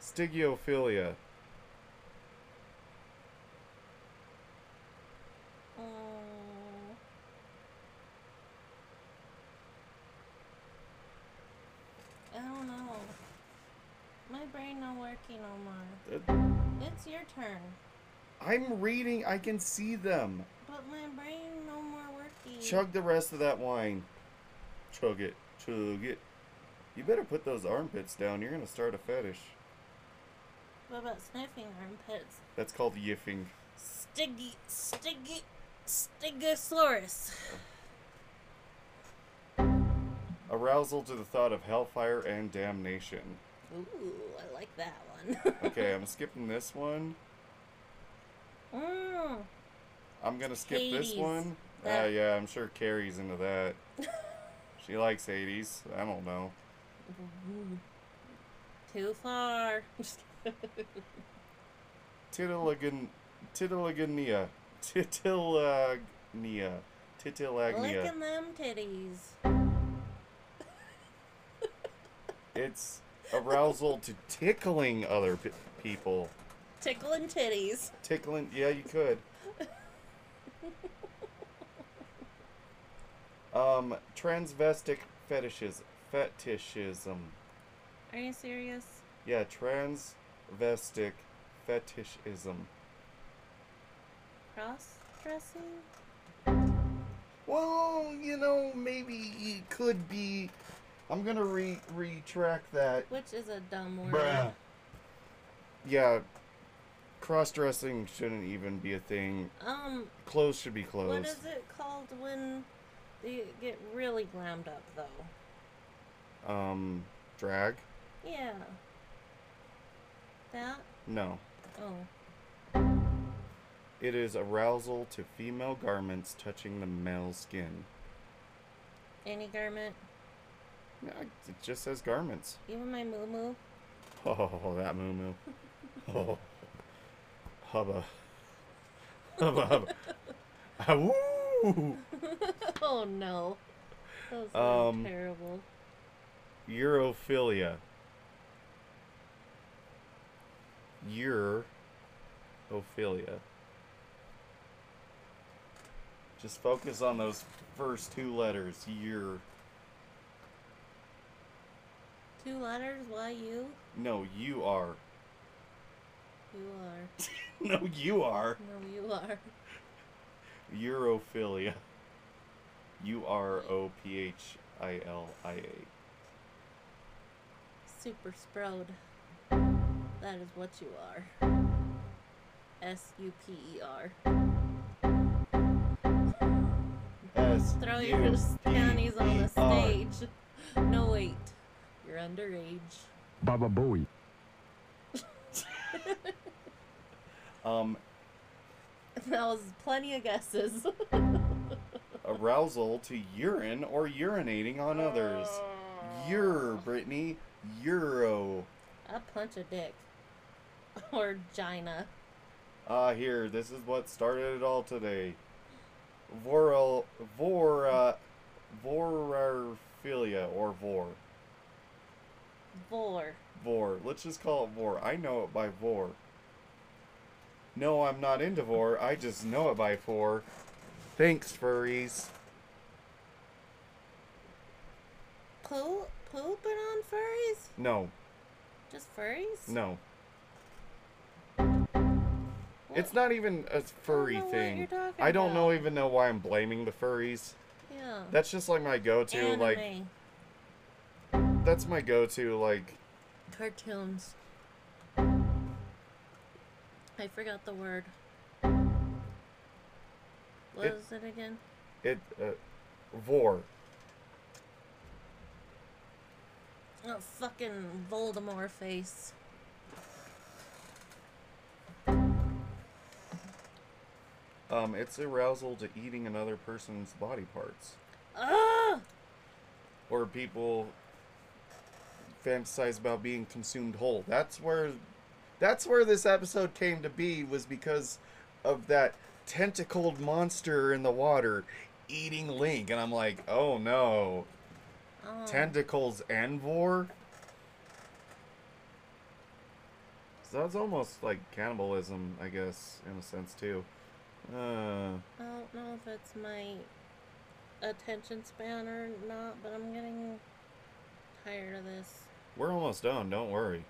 A: Stygiophilia.
B: Oh. I don't know. My brain not working no more.
A: Uh,
B: It's your turn.
A: I'm reading, I can see them.
B: But my brain no more working.
A: Chug the rest of that wine. Chug it. Chug it. You better put those armpits down. You're going to start a fetish.
B: What about sniffing armpits?
A: That's called yiffing.
B: Stiggy, stiggy, stegosaurus.
A: Arousal to the thought of hellfire and damnation.
B: Ooh, I like that one.
A: Okay, I'm skipping this one.
B: mm.
A: I'm going to skip this
B: Hades.
A: one. Uh,
B: That-
A: yeah, I'm sure Carrie's into that. She likes Hades. I don't know.
B: Too far. Just
A: Titillagan. Titilagania. Titilagnia. Titilagnia.
B: licking them titties.
A: It's arousal to tickling other pe- people.
B: Tickling titties.
A: Tickling, yeah, you could. um, transvestic fetishes, fetishism.
B: Are you serious?
A: Yeah, transvestic fetishism.
B: Cross dressing?
A: Well, you know, maybe it could be. I'm gonna re retract that.
B: Which is a dumb word.
A: Yeah, cross dressing shouldn't even be a thing.
B: Um,
A: Clothes should be closed.
B: what is it called when they get really glammed up, though?
A: Um, drag?
B: Yeah. That?
A: No.
B: Oh.
A: It is arousal to female garments touching the male skin.
B: Any garment?
A: No, it just says garments.
B: Even my moo moo?
A: Oh, that moo moo. Oh, hubba. Hubba hubba. Ah, woo!
B: oh no. Those are
A: Um,
B: terrible.
A: Europhilia. Europhilia. Just focus on those first two letters. Year.
B: Two letters, why you?
A: No, you are.
B: You are.
A: No, you are.
B: No, you are.
A: Europhilia. U R O P H I L I A.
B: Super sprode. That is what you are. S U P E R.
A: S.
B: Throw
A: U
B: your
A: P
B: panties on the
A: E R.
B: stage. No, wait. You're underage.
D: Baba Bowie.
A: Um,
B: That was plenty of guesses.
A: arousal to urine or urinating on others. Ur, Brittany. Euro.
B: I punch a dick. Or gina.
A: Ah, here. This is what started it all today. Voral, vora, voraphilia or vor,
B: Vor.
A: vor. Let's just call it vor. I know it by vor. No, I'm not into vor. I just know it by vor. Thanks, furries.
B: Poo pooping on furries?
A: No,
B: Just furries?
A: no.
B: What-
A: It's not even a furry
B: know what
A: thing.
B: you're talking
A: I don't
B: about.
A: know even know why I'm blaming the furries.
B: Yeah.
A: That's just like my go-to. Like
B: Anime.
A: that's my go-to. Like
B: cartoons. I forgot the word. What
A: It-
B: is it again?
A: it. Uh, vor.
B: Oh, fucking Voldemort face.
A: Um, it's arousal to eating another person's body parts.
B: Ugh!
A: Or people fantasize about being consumed whole. That's where that's where this episode came to be was because of that tentacled monster in the water eating Link and I'm like, "Oh no.
B: Oh,
A: Tentacles and vor?" So that's almost like cannibalism, I guess, in a sense too. Uh
B: I don't know if it's my attention span or not, but I'm getting tired of this.
A: We're almost done, don't worry.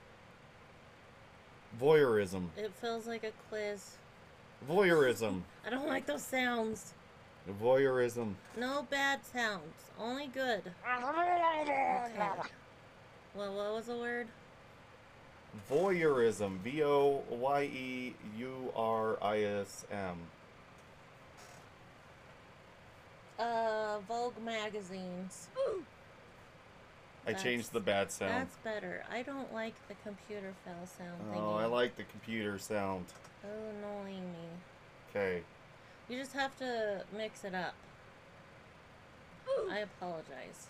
A: Voyeurism.
B: It feels like a quiz.
A: Voyeurism.
B: I don't like those sounds.
A: Voyeurism.
B: No bad sounds, only good. Okay. Well, what was the word?
A: Voyeurism. V O Y E U R I S M.
B: Uh, Vogue magazines.
A: I
B: That's-
A: changed the bad sound.
B: That's better. I don't like the computer fell sound thing.
A: Oh, I like the computer sound.
B: annoying me.
A: Okay.
B: You just have to mix it up. I apologize.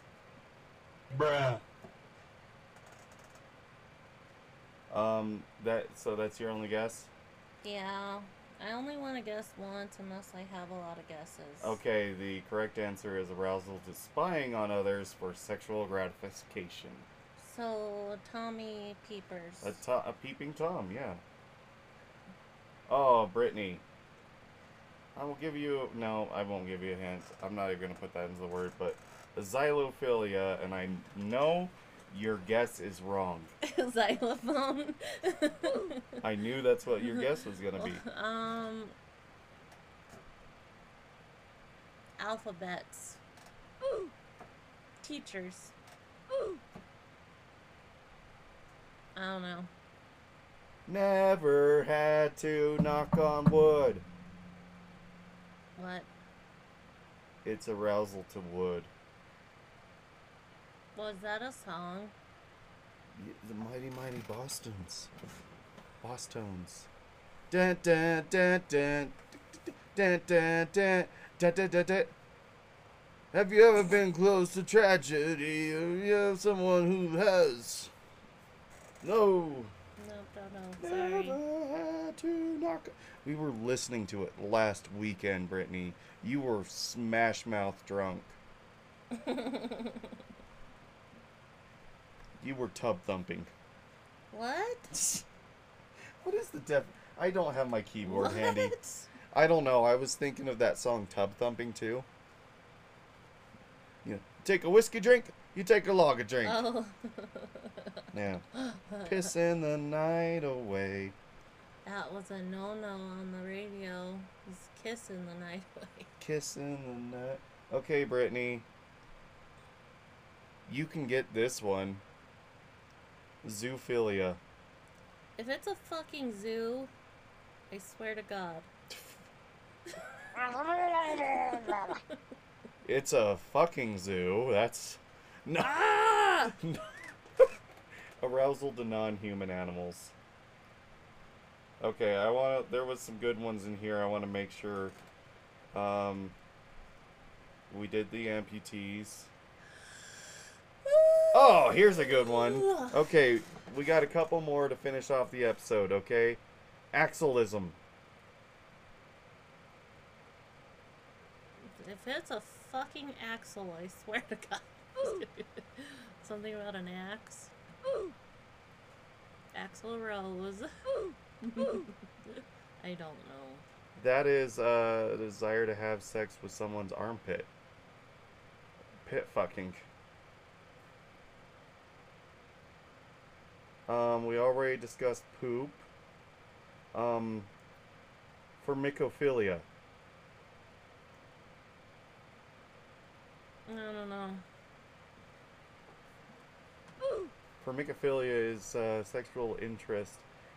A: Um, that so that's your only guess.
B: Yeah, I only want to guess once unless I have a lot of guesses.
A: Okay, the correct answer is arousal to spying on others for sexual gratification.
B: So Tommy Peepers.
A: A, to- a peeping tom, yeah. Oh, Brittany. I will give you no. I won't give you a hint. I'm not even gonna put that into the word, but xylophilia, and I know your guess is wrong.
B: Xylophone.
A: I knew that's what your guess was gonna be.
B: um. Alphabets. Teachers. I don't know.
A: Never had to knock on wood.
B: What
A: It's arousal to wood.
B: was that a song?
A: Y- The mighty mighty Boston's. Boston's. Dun dun dun dun dun dun dun dun dun dun dun. Have you ever been close to tragedy or you have someone who has? No.
B: Nope, don't know. Sorry.
A: Never had to knock. We were listening to it last weekend, Brittany. You were smash mouth drunk. you were tub thumping.
B: What?
A: What is the def? I don't have my keyboard
B: what?
A: handy. I don't know. I was thinking of that song "Tub Thumping" too. You know, take a whiskey drink, you take a lager drink.
B: Oh,
A: Yeah, pissing the night away.
B: that was a no-no on the radio. He's kissing the night away.
A: Kissing the night. Okay, Brittany. You can get this one. Zoophilia.
B: If it's a fucking zoo, I swear to God.
A: It's a fucking zoo. That's no arousal to non-human animals. Okay, I want to. There was some good ones in here. I want to make sure. Um, we did the amputees. Oh, here's a good one. Okay, we got a couple more to finish off the episode. Okay, axolism.
B: If it's a fucking axle, I swear to God. Something about an axe. Axel Rose. I don't know.
A: That is uh, a desire to have sex with someone's armpit. Pit fucking. Um, we already discussed poop. Um, formicophilia.
B: I don't know.
A: Formicophilia is uh, sexual interest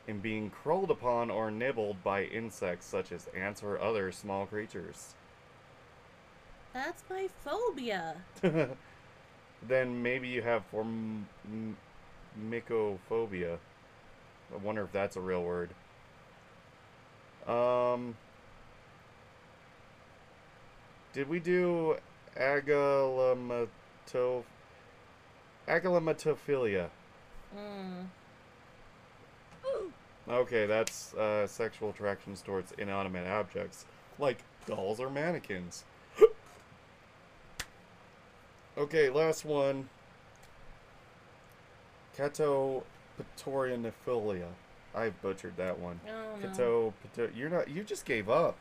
A: in being crawled upon or nibbled by insects such as ants or other small creatures.
B: That's my phobia.
A: then maybe you have formicophobia. I wonder if that's a real word. Um, did we do agalamatoph- agalamatophilia?
B: Mm.
A: Okay, that's uh, sexual attractions towards inanimate objects, like dolls or mannequins. okay, last one. Catoptorianophilia. I butchered that one.
B: I don't know.
A: Kato, Pato- you're not. You just gave up.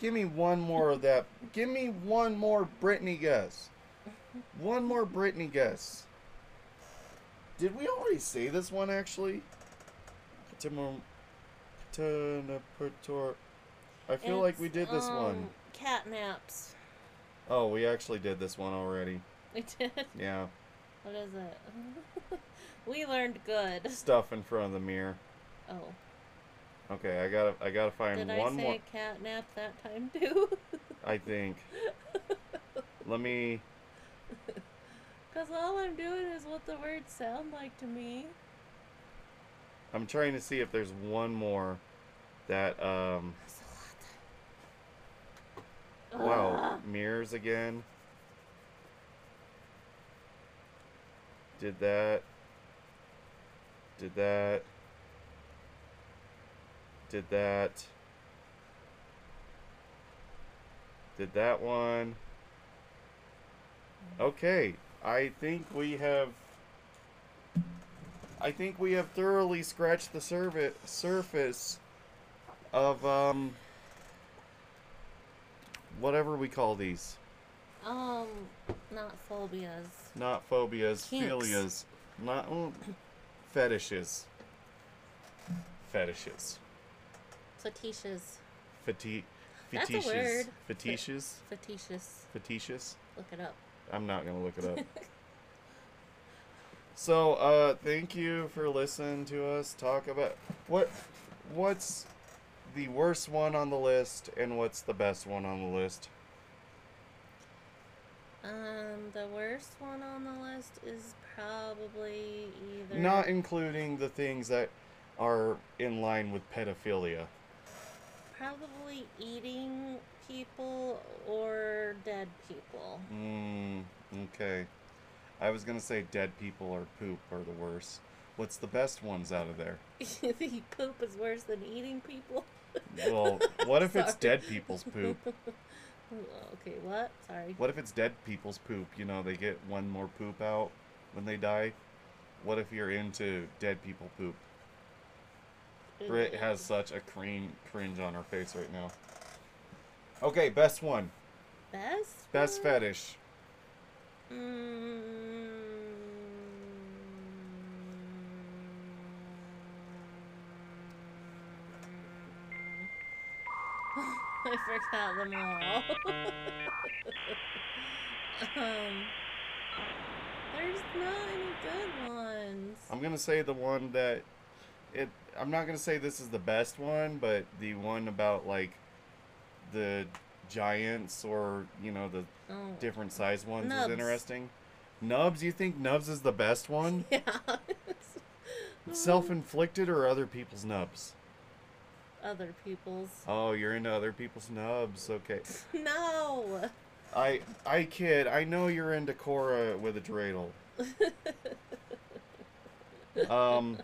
A: Give me one more of that. Give me one more Britney guess. One more Britney guess. Did we already say this one actually? Katamor- Katanapator- I feel like we did
B: It's,
A: this one.
B: um, Catnaps.
A: Oh, we actually did this one already.
B: We did.
A: Yeah.
B: What is it? we learned good.
A: Stuff in front of the mirror.
B: Oh,
A: Okay, I gotta I gotta find
B: did I
A: one
B: say
A: more
B: catnap that time too?
A: I think. Let me
B: Because all I'm doing is what the words sound like to me.
A: I'm trying to see if there's one more that um wow, mirrors again. Did that. Did that. Did that. Did that one. Okay, I think we have I think we have thoroughly scratched the survi- surface of um whatever we call these.
B: Um, not phobias.
A: Not phobias,
B: Kinks.
A: philias, not mm, fetishes. Fetishes.
B: Fetishes.
A: Feti-
B: That's a
A: fetishes.
B: word.
A: Fetishes.
B: Fetishes.
A: Fetishes.
B: Look it up.
A: I'm not gonna look it up. so, uh, thank you for listening to us talk about what what's the worst one on the list and what's the best one on the list.
B: Um, the worst one on the list is probably either.
A: Not including the things that are in line with pedophilia.
B: Probably eating people or dead people.
A: Mm, okay. I was gonna say dead people or poop are the worst. What's the best ones out of there?
B: you think poop is worse than eating people?
A: Well, what if it's
B: Sorry.
A: dead people's poop?
B: okay, what? Sorry.
A: What if it's dead people's poop? You know, they get one more poop out when they die. What if you're into dead people poop? Britt has such a cream cringe on her face right now. Okay, best one.
B: best.
A: Best
B: one?
A: fetish.
B: Mm, I forgot them all. um, there's not any good ones.
A: I'm gonna say the one that it I'm not gonna say this is the best one, but the one about like the giants or you know, the
B: Oh.
A: different size ones
B: Nubs.
A: is interesting. Nubs, you think nubs is the best one?
B: Yeah.
A: Self inflicted or other people's nubs?
B: other people's.
A: Oh, you're into other people's nubs. Okay.
B: No!
A: I I kid. I know you're into Cora with a dreidel. um.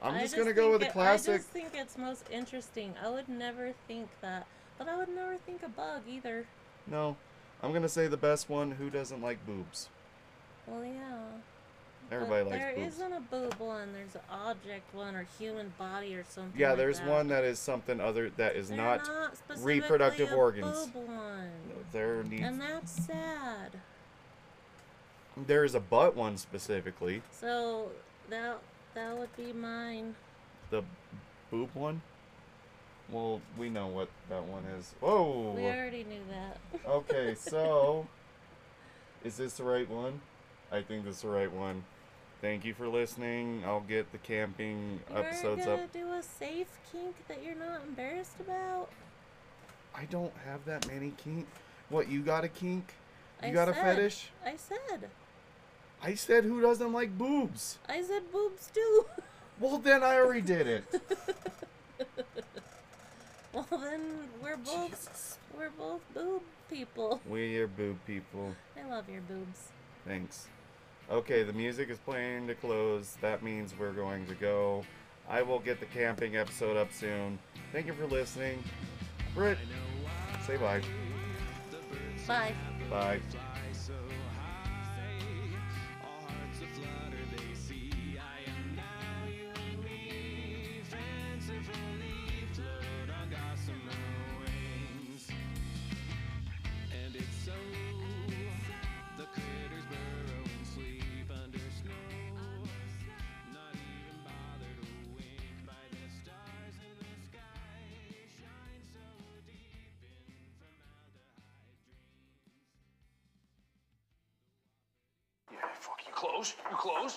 A: I'm
B: I
A: just, gonna go with
B: think
A: a
B: it- I
A: classic.
B: just think it's most interesting. I would never think that, but I would never think a bug either.
A: No, I'm gonna say the best one. Who doesn't like boobs?
B: Well, yeah. but
A: Everybody likes
B: Uh, There
A: boobs.
B: not a boob one. There's an object one or human body or something.
A: Yeah,
B: like
A: there's
B: that.
A: one that is something other that is
B: They're
A: not.
B: specifically
A: reproductive
B: a
A: organs.
B: Boob one.
A: There needs
B: And that's sad.
A: there is a butt one specifically.
B: So that that would be mine.
A: The boob one. Well, we know what that one is. Whoa.
B: We already knew that.
A: Okay, so is this the right one? I think this is the right one. Thank you for listening. I'll get the camping episodes
B: You're
A: up.
B: gonna do a safe kink that you're not embarrassed about.
A: I don't have that many kink. What you got a kink? You
B: I
A: got a
B: said-
A: fetish?
B: I said.
A: I said who doesn't like boobs?
B: I said boobs too.
A: Well, then I already did it.
B: well then we're both
A: Jesus.
B: we're both boob people.
A: We are boob people.
B: I love your boobs.
A: Thanks. Okay, the music is playing to close. That means we're going to go. I will get the camping episode up soon. Thank you for listening. Britt, say bye.
B: Bye.
D: fly
A: Bye.
D: so high. Our hearts aflutter, they see. I am now you and we, fancifully float on gossamer wings. And it's so, the critters burrow and sleep under snow. Not even bother to wink by the stars in the sky. Shine so deep in formaldehyde dreams.
E: Yeah, fuck, you close? You close?